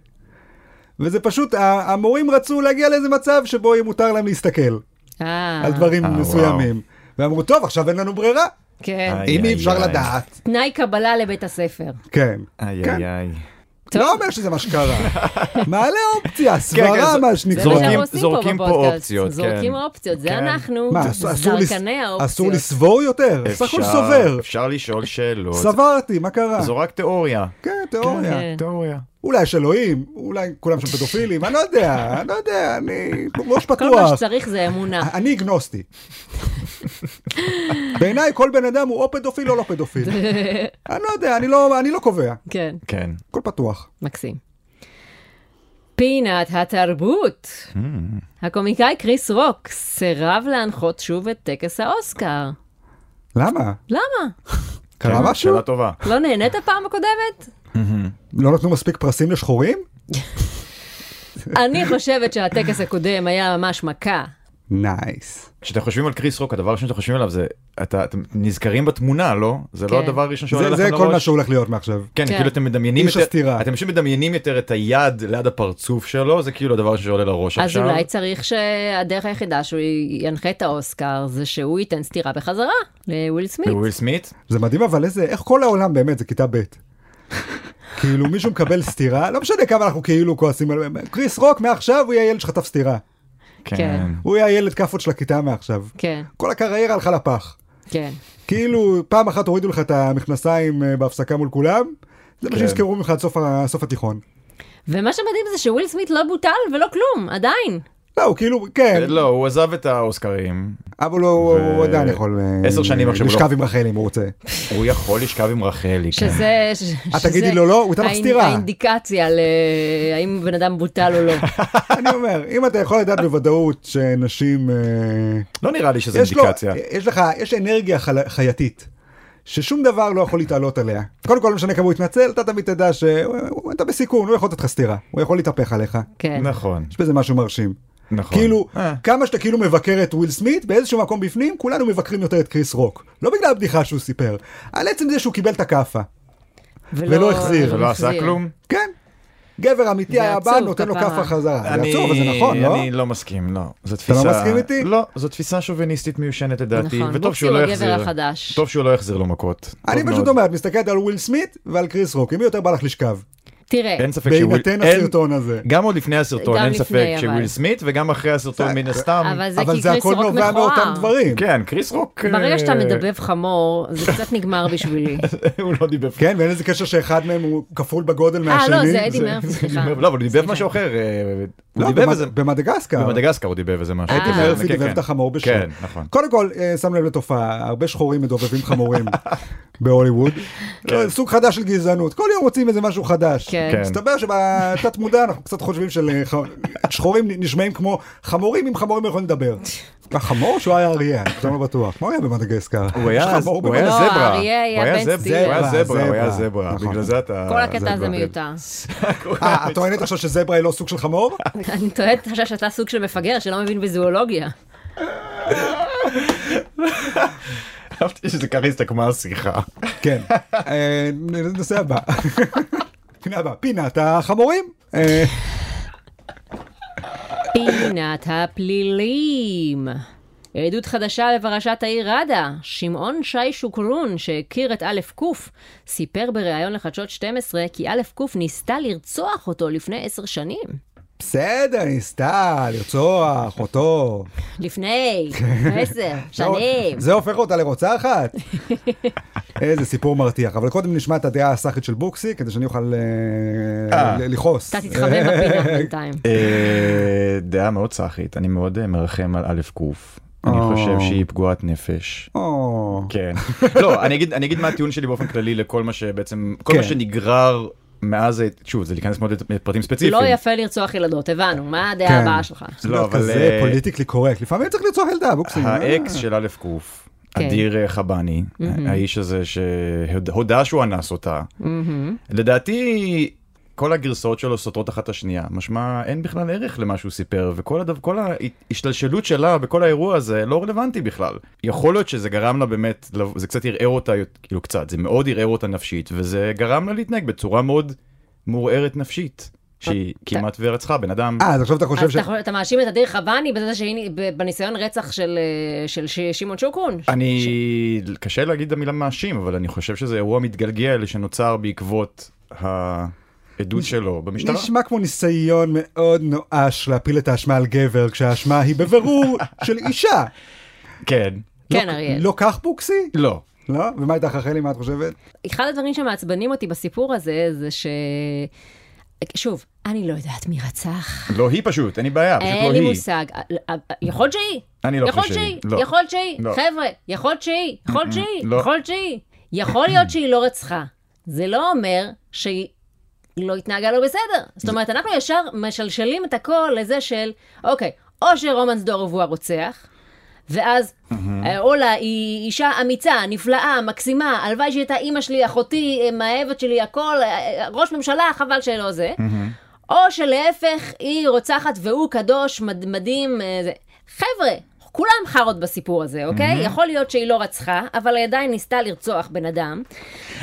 וזה פשוט, ה- המורים רצו להגיע לאיזה מצב שבו יהיה מותר להם להסתכל
אה,
על דברים
אה, וואו.
מסוימים. ואמרו, טוב, עכשיו אין לנו ברירה,
כן.
איי,
אם אי
איי,
אפשר
איי.
לדעת.
תנאי קבלה לבית הספר.
כן.
איי
כן.
איי איי.
לא אומר שזה מה שקרה. מעלה אופציה,
כן,
סברה
זו-
מה
זה מה
שנקרא.
זורקים-
שאנחנו עושים פה
זורקים פה
בפודקאסט.
אופציות,
זורקים
כן.
אופציות, זה
כן.
אנחנו,
מה, אסור- אסור לס-
זרקני
אסור
האופציות.
לסבור יותר? סך הכל
אפשר-
סובר.
אפשר לשאול שאלות.
סברתי, מה קרה?
זו רק תיאוריה.
כן, תיאוריה.
כן.
תיאוריה.
אולי יש אלוהים, אולי כולם שם פדופילים, אני לא יודע, אני לא יודע, אני ראש
כל מה
פתוח.
שצריך זה אמונה.
אה,
אני אגנוסטי. בעיניי כל בן אדם הוא או פדופיל או לא פדופיל. אני לא יודע, אני לא- אני לא קובע,
כן,
כן.
הכל פתוח.
מקסים. פינת התרבות. הקומיקאי קריס רוק סירב להנחות שוב את טקס האוסקר.
למה?
למה?
קרה
כן,
משהו?
שאלה טובה.
לא נהנית פעם הקודמת?
לא נתנו מספיק פרסים לשחורים?
אני חושבת שהטקס הקודם היה ממש מכה.
נייס.
כשאתם חושבים על קריס רוק, הדבר הראשון שאתם חושבים עליו זה, אתה- אתם נזכרים בתמונה, לא? זה לא
כן.
הדבר הראשון שעולה
זה
לכם
זה
לראש?
כל מה שהולך להיות מעכשיו.
כן,
כן.
כאילו אתם מדמיינים
איש
יותר,
הסתירה.
אתם פשוט מדמיינים יותר את היד ליד הפרצוף שלו, זה כאילו הדבר שעולה לראש
אז
עכשיו.
אולי צריך שהדרך היחידה שהוא ינחה את האוסקר זה שהוא ייתן סטירה בחזרה לוויל סמית.
וויל סמית?
זה מדהים אבל איזה, איך כל העולם באמת, זה כיתה ב'. כאילו מישהו מקבל סטירה, לא משנה כמה אנחנו כאילו כועסים עליו, קריס רוק מעכשיו הוא יהיה הילד שחטף סטירה.
כן.
הוא יהיה הילד כאפות של הכיתה מעכשיו.
כן.
כל הקריירה הלכה לפח.
כן.
כאילו, פעם אחת הורידו לך את המכנסיים אה, בהפסקה מול כולם, זה מה
כן.
שיזכרו ממך עד סוף ה- סוף התיכון.
ומה שמדהים זה שוויל סמית לא בוטל ולא כלום, עדיין.
לא, הוא כאילו, כן,
לא, הוא עזב את האוסקרים,
אבל הוא הוא עדיין יכול אה,
עשר שנים עכשיו הוא לא-
לשכב עם רחל אם הוא רוצה.
הוא יכול לשכב עם רחלי. כן.
שזה... ש-
את
שזה
אה, תגידי לו לא, הוא ייתן לך
האינ-
סטירה.
האינדיקציה להאם בן אדם בוטל או לא.
אני אומר, אם אתה יכול לדעת בוודאות שנשים... אה,
לא נראה לי שזה
יש לו- אה,
אינדיקציה.
יש לך, יש אנרגיה חל- חייתית. ששום דבר לא יכול להתעלות עליה. קודם כל, לא משנה כמה הוא יתנצל, אתה תמיד תדע שאתה בסיכון, הוא יכול לתת לך סטירה, הוא יכול להתהפך עליך.
כן.
נכון,
יש בזה משהו מרשים.
נכון.
כאילו,
אה,
כמה שאתה כאילו מבקר את וויל סמית, באיזשהו מקום בפנים, כולנו מבקרים יותר את קריס רוק. לא בגלל הבדיחה שהוא סיפר, על עצם זה שהוא קיבל את הכאפה. ולא החזיר.
זה לא עשה
אה,
כלום?
כן. גבר אמיתי
זה
היה
עצוב,
בא, נותן לו
כפרה.
כאפה חזרה. אה, זה
אני-
עצוב, אבל זה נכון, לא?
אני לא מסכים, לא. זו תפיסה...
מסכים איתי?
לא, זו תפיסה שוביניסטית מיושנת לדעתי,
נכון,
וטוב
בוקסי
שהוא
הוא
לא
הגבר
יחזיר.
החדש.
טוב שהוא לא יחזיר לו מכות.
אני
טוב
פשוט
מאוד.
אומר, את מסתכלת על וויל סמית ועל קריס רוק, עם מי יותר בא לך לשכב?
תראה,
אין ספק שוויל...
בהינתן
אין-
הסרטון הזה.
גם עוד לפני הסרטון,
גם
אין
לפני,
ספק
אבל. אה,
שוויל סמית, וגם אחרי הסרטון
זה-
מן הסתם.
אבל זה
אבל
כי
זה
קריס
הכל
רוק
נובע מאותם
מכוער.
דברים.
כן, קריס רוק...
ברגע שאתה
אה,
מדבב חמור, זה קצת נגמר בשבילי.
הוא לא דיבב.
כן, ואין איזה קשר שאחד מהם הוא כפול בגודל
אה,
מהשני.
לא, זה אדי מרפי, סליחה.
לא, אבל הוא דיבב
סליחה.
משהו אחר. אה,
לא,
הוא דיבב
במד-
איזה...
במדגסקר.
במדגסקר הוא דיבב איזה משהו.
אדי
כן,
מרפי
כן,
דיבב
כן.
את החמור בשם.
כן, נכון.
קודם כל, אה, שם לב לתופעה, הרבה שחורים מדובבים חמורים
כן.
בהוליווד. לא, סוג חדש של גזענות, כל יום רוצים איזה משהו חדש.
כן.
כן.
מסתבר שבתת מודע אנחנו קצת חושבים אה, ששחורים נשמעים כמו חמורים, אם חמורים יכולים לדבר. החמור שהוא היה אריה, אני לא בטוח. מה הוא היה במדגסקר?
הוא היה
אה, יש חמור
הוא היה
לא,
זברה, הוא
האריה היה
היה
בן
זב-
ציון.
הוא היה
זברה,
זברה, הוא היה
זברה.
זברה,
נכון.
בגלל זה כן. אתה...
כל הקטע הזה
זברה.
מיותר.
אה, את טוענת עכשיו שזברה היא לא סוג של חמור?
אני טוענת עכשיו שאתה סוג של מפגר שלא מבין בזואולוגיה.
אהבתי שזה ככה הסתכמה השיחה.
כן. אה, נושא הבא. פינה הבאה. פינת החמורים. אה,
פינת הפלילים. עדות חדשה בפרשת העיר ראדה, שמעון שי שוקרון, שהכיר את א' ק', סיפר בריאיון לחדשות 12 כי א' ק' ניסתה לרצוח אותו לפני עשר שנים.
בסדר, ניסתה לרצוח אותו.
לפני עשר
לא.
שנים.
זה הופך אותה לרוצחת? איזה סיפור מרתיח. אבל קודם נשמע את הדעה הסאחית של בוקסי, כדי שאני אוכל אה,
אה.
ל- לכעוס. אה,
אתה תתחמם בפינה בינתיים.
אה, דעה מאוד סאחית, אני מאוד אה, מרחם על א' ק', אני
או.
חושב שהיא פגועת נפש.
או.
כן. לא, אני אגיד, אני אגיד מה הטיעון שלי באופן כללי לכל מה שבעצם, כל מה
כן.
שנגרר מאז, ה- שוב, זה להיכנס מאוד לפרטים ספציפיים.
לא יפה לרצוח ילדות, הבנו, מה
כן.
הדעה הבאה שלך?
לא,
לא, אבל
כזה
אה,
פוליטיקלי קורקט. לפעמים צריך לרצוח ילדה, בוקסי. אה?
האקס של א' ק',
כן.
אדיר אה, חבני, האיש הזה שהודה שהוא אנס אותה. לדעתי... כל הגרסאות שלו סותרות אחת את השנייה, משמע אין בכלל ערך למה שהוא סיפר, וכל הדו... כל ההשתלשלות שלה בכל האירוע הזה לא רלוונטי בכלל. יכול להיות שזה גרם לה באמת, לב- זה קצת ערער אותה, כאילו קצת, זה מאוד ערער אותה נפשית, וזה גרם לה להתנהג בצורה מאוד מעורערת נפשית, שהיא כמעט ורצחה בן אדם.
אה, אז עכשיו אתה חושב
אז
ש...
אתה חו- אתה מאשים את אדיר חבני בזה שהיא ב- בניסיון רצח של אה, של ש- שמעון שוקרון?
אני, קשה להגיד את המילה מאשים, אבל אני חושב שזה אירוע מתגלגל שנוצר בעקבות העדות שלו במשטרה.
נשמע כמו ניסיון מאוד נואש להפיל את האשמה על גבר, כשהאשמה היא בבירור של אישה.
כן.
כן,
לא-
אריאל.
לא כך בוקסי?
לא.
לא? ומה הייתה רחלי, מה את חושבת?
אחד הדברים שמעצבנים אותי בסיפור הזה, זה ש... שוב, אני לא יודעת מי רצח.
לא היא פשוט, אין לי בעיה, פשוט
אין
לא
לי
היא.
מושג. אה, אה, יכול להיות שהיא.
אני לא
יכול
חושב שהיא.
להיות
לא.
שהיא. יכול להיות שהיא.
לא.
חבר'ה, יכול להיות שהיא. יכול להיות שהיא.
לא.
יכול להיות שהיא. יכול להיות שהיא לא רצחה. זה לא אומר שהיא... לא התנהגה לא בסדר. זאת אומרת, אנחנו ישר משלשלים את הכל לזה של, אוקיי, או שרומן סדורוב הוא הרוצח, ואז
Mm-hmm.
אה, אולה היא אישה אמיצה, נפלאה, מקסימה, הלוואי שהיא הייתה אימא שלי, אחותי, אה, מאהבת שלי, הכל, אה, אה, ראש ממשלה, חבל שלא זה.
Mm-hmm.
או שלהפך, היא רוצחת והוא קדוש, מד, מדהים. אה, זה. חבר'ה, כולם חארות בסיפור הזה, אוקיי? יכול להיות שהיא לא רצחה, אבל היא עדיין ניסתה לרצוח בן אדם.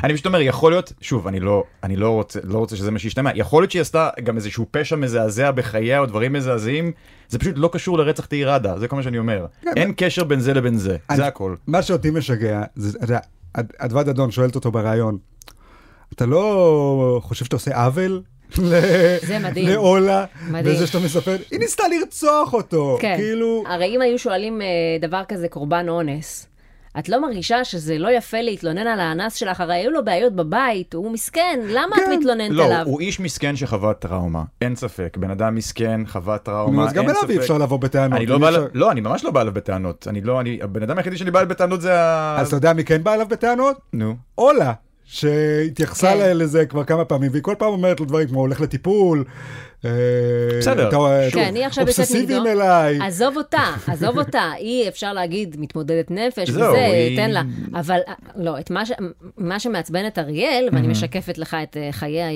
אני פשוט אומר, יכול להיות, שוב, אני לא, אני לא רוצה, לא רוצה שזה מה שישתמע, יכול להיות שהיא עשתה גם איזשהו פשע מזעזע בחייה או דברים מזעזעים, זה פשוט לא קשור לרצח תהי ראדה, זה כל מה שאני אומר.
כן.
אין קשר בין זה לבין זה, זה
אני-
הכל.
מה שאותי משגע, זה, אתה יודע, אד- אדוה דדון שואלת אותו בריאיון, אתה לא חושב שאתה עושה עוול? ל-
זה מדהים.
לעולה,
מדהים.
וזה שאתה מספר, היא ניסתה לרצוח אותו,
כן.
כאילו,
הרי אם היו שואלים אה, דבר כזה קורבן אונס, את לא מרגישה שזה לא יפה להתלונן על האנס שלך? הרי היו לו בעיות בבית, הוא מסכן, למה
כן.
את מתלוננת
לא,
עליו?
הוא איש מסכן שחווה טראומה, אין ספק. בן אדם מסכן, חווה
נו,
טראומה,
אז גם
לא, אין
אליו אי
ספק.
אפשר לבוא בטענות.
אני לא
אי
בא,
אפשר-
אליו- לא, אני ממש לא בא אליו בטענות. אני לא, אני, הבן אדם היחידי שאני בא אליו בטענות זה ה...
אז אתה יודע מי כן בא אליו בטענות?
נו.
אולה, שהתייחסה
כן.
לזה כבר כמה פעמים, והיא כל פעם אומרת לו דברים כמו הולך לטיפול. אה,
בסדר,
אתה, אה,
שוב.
כן, היא עכשיו יוצאת
אובססיביים
נגדו.
אליי.
עזוב אותה, עזוב אותה. היא, אפשר להגיד, מתמודדת נפש,
זהו,
וזה,
היא-
תן לה. אבל אה, לא, את מה, ש... מה שמעצבן את אריאל,
Mm-hmm.
ואני משקפת לך את אה, חיי אה,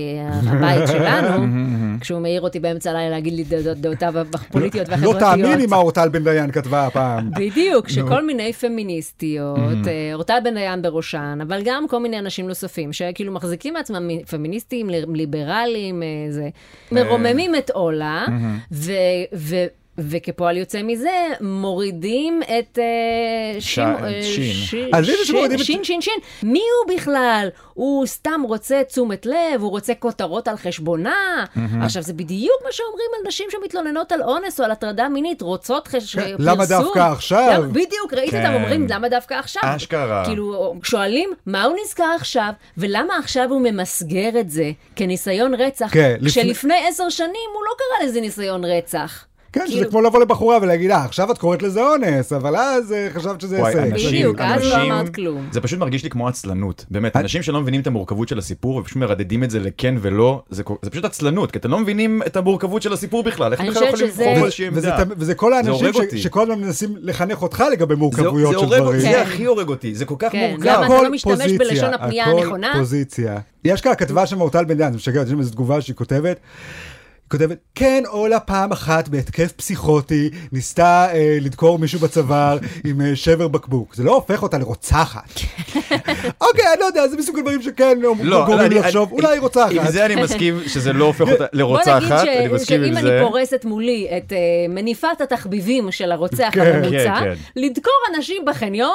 הבית שלנו,
Mm-hmm.
כשהוא מעיר אותי באמצע הלילה להגיד לי דעות- דעותיו הפוליטיות
לא
והחברתיות.
תאמיני מה אורטל בן דיין כתבה הפעם.
בדיוק, שכל מיני
Mm-hmm.
פמיניסטיות, אה, אורטל בן דיין בראשן, אבל גם כל מיני אנשים נוספים, שכאילו מחזיקים מעצמם מ- פמיניסטים, ל- ליברלים, אה, זה, מרוממים את עולה,
Mm-hmm.
ו- ו- וכפועל יוצא מזה, מורידים את אה,
ש-
שין,
את
אה,
שין.
שין,
אז הנה שמורידים את-
שין, שין, שין. מי הוא בכלל? הוא סתם רוצה תשומת לב, הוא רוצה כותרות על חשבונה. עכשיו, זה בדיוק מה שאומרים על נשים שמתלוננות על אונס או על הטרדה מינית, רוצות חש...
כן,
פרסום.
למה דווקא עכשיו?
למה- בדיוק, ראיתי
כן.
אותם אומרים, למה דווקא עכשיו?
אשכרה.
כאילו, שואלים, מה הוא נזכר עכשיו, ולמה עכשיו הוא ממסגר את זה כניסיון רצח,
כן, לפני-
כשלפני עשר שנים הוא לא קרא לזה ניסיון רצח.
כן, שזה
כאילו-
כמו לבוא לבחורה ולהגיד, אה, עכשיו את קוראת לזה אונס, אבל אז אה, חשבת שזה
וואי,
הישג.
אנשים,
בדיוק, אז לא
אנשים-
אמרת כלום.
זה פשוט מרגיש לי כמו עצלנות, באמת,
את-
אנשים שלא מבינים את המורכבות של הסיפור ופשוט מרדדים את זה לכן ולא, זה כל- זה פשוט עצלנות, כי אתם לא מבינים את המורכבות של הסיפור בכלל, איך
אני
אתם בכלל
חושבת
יכולים
שזה-
לבחור
וזה-
איזושהי
וזה
עמדה?
תמ- וזה כל האנשים
הורג
ש-
אותי.
שכל הזמן מנסים לחנך אותך לגבי
זה-
מורכבויות
זה
של
הורג אותי,
דברים.
זה
כן.
הכי הורג אותי, זה כל כך
כן,
מורכב.
למה אתה לא
הכל
משתמש
פוזיציה,
בלשון הפנייה
הכל
הנכונה?
פוזיציה. יש כאן כתבה של מאורטל בן דן, זה משגע, יש שם איזו תגובה שהיא כותבת. היא כותבת, כן, אולה פעם אחת בהתקף פסיכוטי ניסתה אה, לדקור מישהו בצוואר עם אה, שבר בקבוק. זה לא הופך אותה לרוצחת. אוקיי, אני לא יודע, זה מסוג הדברים שכן אומרים-
לא,
גורמים
אני-
לי לחשוב,
אני-
אולי היא רוצחת.
עם זה אני מסכים שזה לא הופך אותה לרוצחת, אני
בוא נגיד ש-
מסכים עם
שאם
זה.
אני פורסת מולי את אה, מניפת התחביבים של הרוצח
כן,
הממוצע,
כן, כן.
לדקור אנשים בחניון,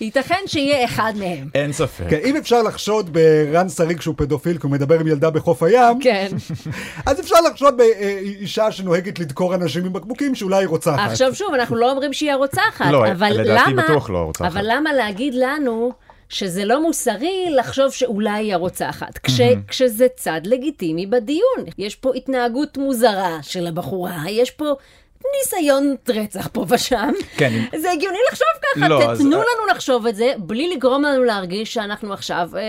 ייתכן שיהיה אחד מהם.
אין ספק.
כן, אם אפשר לחשוד ברן שריג שהוא פדופיל כי הוא מדבר עם ילדה בחוף הים,
כן.
אז אפשר לחשוד באישה שנוהגת לדקור אנשים עם בקבוקים שאולי היא רוצחת.
עכשיו שוב, אנחנו לא אומרים שהיא הרוצחת,
לא,
אבל
לדעתי
למה...
בטוח לא הרוצחת.
אבל למה להגיד לנו שזה לא מוסרי לחשוב שאולי היא הרוצחת, כש, כשזה צד לגיטימי בדיון? יש פה התנהגות מוזרה של הבחורה, יש פה... ניסיון רצח פה ושם.
כן, אם-
זה הגיוני לחשוב ככה,
לא, אז-
תתנו לנו לחשוב את זה, בלי לגרום לנו להרגיש שאנחנו עכשיו אה,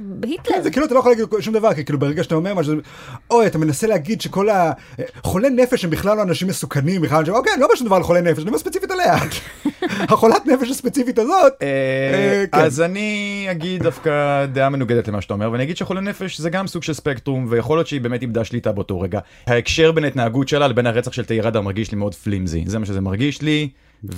בהיטלר.
כן, זה כאילו אתה לא יכול להגיד שום דבר, כי כאילו ברגע שאתה אומר משהו, אוי, אתה מנסה להגיד שכל החולי נפש הם בכלל לא אנשים מסוכנים, בכלל אנשים, אוקיי, אני לא אומר שום דבר על חולי נפש, אני אומר ספציפית עליה. החולת נפש הספציפית הזאת,
אה,
אה, כן.
אז אני אגיד דווקא דעה מנוגדת למה שאתה אומר, ואני אגיד שחולה נפש זה גם סוג של ספקטרום, ויכול להיות שהיא באמת איבדה שליטה באותו רגע. ההקשר בין ההתנהגות שלה לבין הרצח של תאיר אדם מרגיש לי מאוד פלימזי, זה מה שזה מרגיש לי.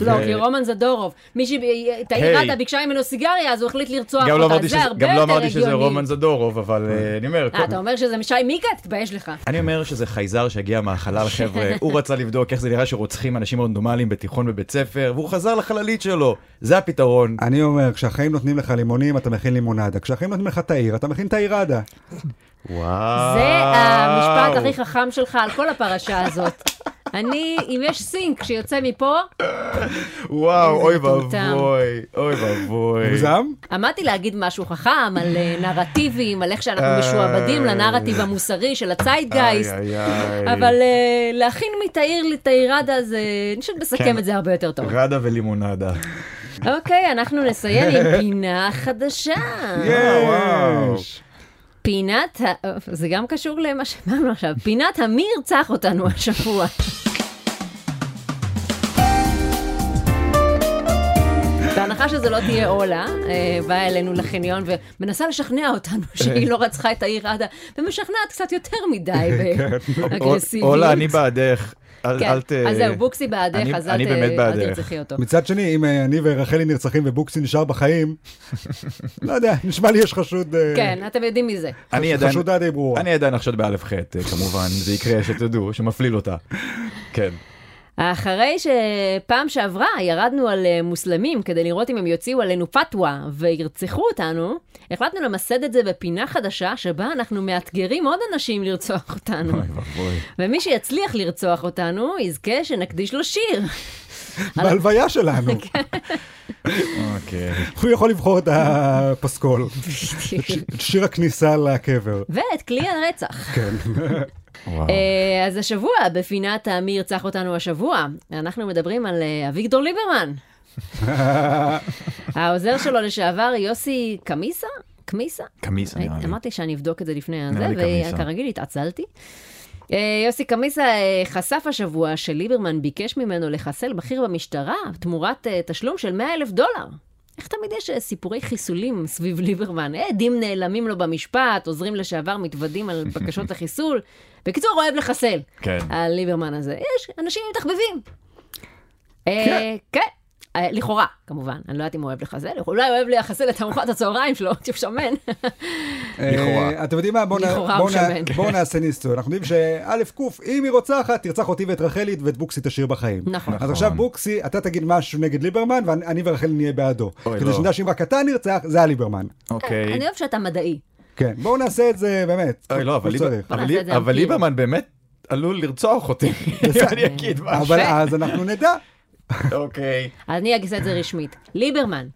ו-
לא, כי רומן זדורוב, מי אה, שתאיר
אה, היי.
רדה ביקשה ממנו סיגריה, אז הוא החליט לרצוח
גם לא
אותה,
אמרתי
זה
שזה-
הרבה
גם לא
יותר
אמרתי שזה
הגיוני.
רומן זדורוב, אבל אה, אני אומר...
אה,
כל-
אתה אומר שזה משי מיקה? תתבייש לך.
אני אומר שזה חייזר שהגיע מהחלל, חבר'ה. הוא רצה לבדוק איך זה נראה שרוצחים אנשים רנדומליים בתיכון בבית ספר, והוא חזר לחללית שלו. זה הפתרון.
אני אומר, כשהחיים נותנים לך לימונים, אתה מכין לימונדה, כשהחיים נותנים לך תאיר, אתה מכין תאירדה.
אה, וואו.
זה המשפט הכי חכם שלך על כל הפרשה הזאת. אני, אם יש סינק שיוצא מפה,
וואו,
איזה
אוי
מטומטם.
ואבוי, אוי ואבוי.
מוגזם?
עמדתי להגיד משהו חכם על אה, נרטיבים, על איך שאנחנו
איי.
משועבדים לנרטיב המוסרי של הציידגייסט,
איי, איי, איי.
אבל אה, להכין מתאיר לתאירדה זה, אני חושבת מסכם
כן.
את זה הרבה יותר טוב.
ראדה ולימונדה.
אוקיי, אנחנו נסיים עם פינה חדשה.
אה, וואו.
יש.
פינת, ה- זה גם קשור למה שאמרנו עכשיו, פינת המי ירצח אותנו השבוע. בהנחה שזו לא תהיה עולה, אה, באה אלינו לחניון ומנסה לשכנע אותנו שהיא לא רצחה את העיר עדה, ומשכנעת קצת יותר מדי באגרסיביות.
כן. אולה, אני בעדך. אל
כן,
אל ת...
אז זהו, בוקסי בעדך,
אני-
אז אל
אני
ת-
באמת
אל
בעדך.
תרצחי אותו.
מצד שני, אם אה, אני ורחלי נרצחים ובוקסי נשאר בחיים, לא יודע, נשמע לי יש חשוד... אה,
כן, אתם יודעים מי זה.
אני
חש-
עדיין-
חשודה די ברורה.
אני עדיין אחשוד באלף חטא, אה, כמובן, אם זה יקרה, שתדעו, שמפליל אותה. כן.
אחרי שפעם שעברה ירדנו על אה, מוסלמים כדי לראות אם הם יוציאו עלינו פתווה וירצחו אותנו, החלטנו למסד את זה בפינה חדשה שבה אנחנו מאתגרים עוד אנשים לרצוח אותנו.
אוי ואבוי.
ומי שיצליח לרצוח אותנו יזכה שנקדיש לו שיר.
בהלוויה שלנו.
כן.
אוקיי.
הוא יכול לבחור את הפסקול, את ש-
בדיוק.
את שיר הכניסה לקבר.
ואת כלי הרצח.
כן.
וואו.
אה, אז השבוע, בפינת מי ירצח אותנו השבוע, אנחנו מדברים על אה, אביגדור ליברמן. העוזר שלו לשעבר, יוסי קמיסה? קמיסה?
קמיסה
אה,
נראה לי.
אמרתי שאני אבדוק את זה לפני
נראה
הזה,
לי קמיסה.
וכרגיל התעצלתי. אה, יוסי קמיסה אה, חשף השבוע שליברמן ביקש ממנו לחסל בכיר במשטרה תמורת אה, תשלום של 100 אלף דולר. איך תמיד יש אה, סיפורי חיסולים סביב ליברמן? אה, עדים נעלמים לו במשפט, עוזרים לשעבר מתוודים על בקשות לחיסול. בקיצור, אוהב לחסל.
כן.
אה, הליברמן הזה. יש אנשים עם תחביבים. אה, כן. אה, לכאורה, כמובן. אני לא יודעת אם הוא אוהב לחסל, אולי הוא אוהב לחסל את ארוחת הצהריים שלו, כי הוא שמן.
לכאורה.
אה, אתם יודעים מה? בואו נ-
לכאורה
בואו
הוא
נ-
שמן.
בואו נעשה ניסוי. אנחנו יודעים שא' ק', אם היא רוצחת, תרצח אותי ואת רחלית ואת בוקסי תשאיר בחיים.
נכון.
אז עכשיו בוקסי, אתה תגיד משהו נגד ליברמן, ואני ורחל נהיה בעדו.
אוי,
כדי
לא.
שנדע שאם רק אתה נרצח, זה היה ליברמן.
אוקיי.
אני אוהב שאתה מדעי.
כן, בואו נעשה את זה באמת.
אוי, לא, אבל
הוא
ליבר-
צריך.
אבל
נעשה
לי-
את זה כאילו.
אבל
אמפירי.
ליברמן באמת עלול לרצוח אותי. אם אני אגיד
אה,
משהו.
אבל אז אנחנו נדע.
אוקיי.
אני אגיש את זה רשמית. ליברמן,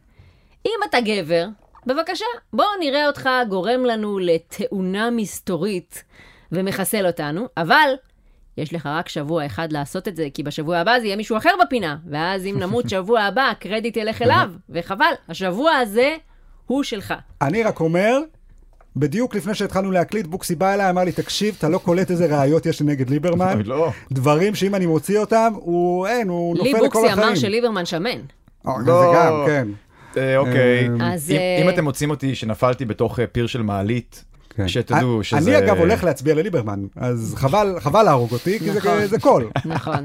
אם אתה גבר, בבקשה, בואו נראה אותך גורם לנו לתאונה מסתורית ומחסל אותנו, אבל יש לך רק שבוע אחד לעשות את זה, כי בשבוע הבא זה יהיה מישהו אחר בפינה, ואז אם נמות שבוע הבא, הקרדיט ילך אליו, וחבל, השבוע הזה הוא שלך.
אני רק אומר, בדיוק לפני שהתחלנו להקליט, בוקסי בא אליי, אמר לי, תקשיב, אתה לא קולט איזה ראיות יש לי נגד ליברמן.
אוי, לא.
דברים שאם אני מוציא אותם, הוא, אין, הוא נופל
לי
לכל החיים.
בוקסי אמר שליברמן שמן.
אה, זה
לא.
גם, כן.
אה, אוקיי.
אמ,
אז,
אם-
אה,
אם אתם מוצאים אותי שנפלתי בתוך אה, פיר של מעלית,
כן.
שתדעו
אני- אני
שזה...
אגב הולך להצביע לליברמן, אז חבל, חבל להרוג אותי, כי זה-
נכון.
זה קול.
נכון.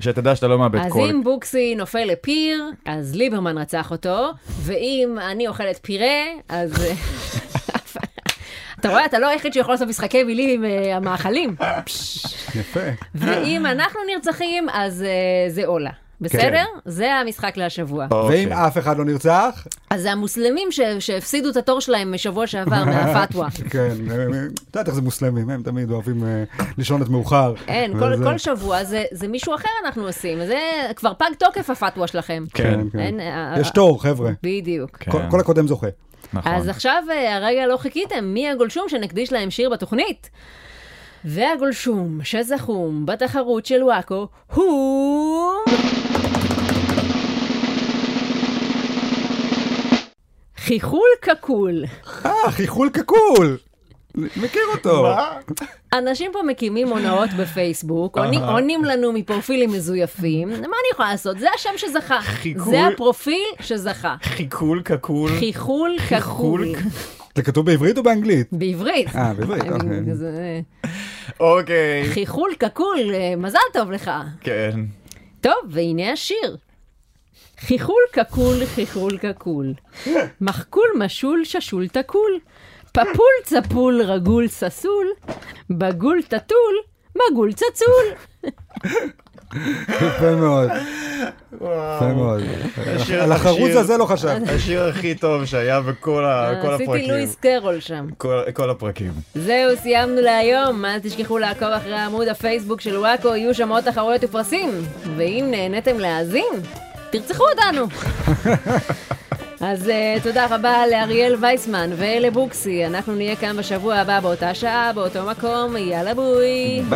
שתדע שאתה לא מאבד
אז
קול.
אם בוקסי נופל לפיר, אז ליברמן רצח אותו, ואם אני אוכלת פירה, אז... אה, אתה רואה, אתה לא היחיד שיכול לעשות משחקי מילים עם אה, המאכלים.
יפה.
ואם אנחנו נרצחים, אז אה, זה עולה. בסדר? זה המשחק להשבוע.
אוקיי.
ואם אף אחד לא נרצח,
אז זה המוסלמים ש- שהפסידו את התור שלהם משבוע שעבר מהפתווה.
כן, את יודעת איך זה מוסלמים, הם תמיד אוהבים אה, לישון עד מאוחר.
אין, כל-
וזה-
כל שבוע זה- זה מישהו אחר אנחנו עושים. זה כבר פג תוקף הפתווה שלכם.
כן,
אין, אה,
יש
אה,
תור, חבר'ה.
בדיוק.
כן.
כל- כל הקודם זוכה.
נכון.
אז עכשיו אה, הרגע לא חיכיתם, מי הגולשום שנקדיש להם שיר בתוכנית? והגולשום שזכום בתחרות של וואקו הוא... חיחול קקול.
אה, חיחול קקול! מכיר אותו.
מה?
אנשים פה מקימים הונאות בפייסבוק, עוני- עונים לנו מפרופילים מזויפים, מה אני יכולה לעשות? זה השם שזכה.
חיחול-
זה הפרופיל שזכה.
חיקול קקול.
חיחול
חיחול
קקול.
זה כתוב בעברית או באנגלית?
בעברית.
אה, בעברית, אוקיי.
זה-
אוקיי.
חיחול קקול, אה, מזל טוב לך.
כן.
טוב, והנה השיר. חיחול קקול, חיחול קקול. מחקול משול, ששול תקול. פפול צפול, רגול ססול. בגול תתול, מגול צצול.
יפה מאוד, יפה
וואו.
מאוד.
השיר-
על החרוז
השיר-
הזה לא חשבתי.
השיר הכי טוב שהיה בכל ה- כל
לא, אה, עשיתי
הפרקים.
לואיס קרול שם.
כל- כל הפרקים.
זהו, סיימנו להיום. אל תשכחו לעקוב אחרי עמוד הפייסבוק של וואקו, יהיו שם עוד תחרויות ופרסים. ואם נהניתם להאזין, תרצחו אותנו. אז uh, תודה רבה לאריאל וייסמן ולבוקסי. אנחנו נהיה כאן בשבוע הבא באותה שעה, באותו מקום. יאללה בוי.
ביי.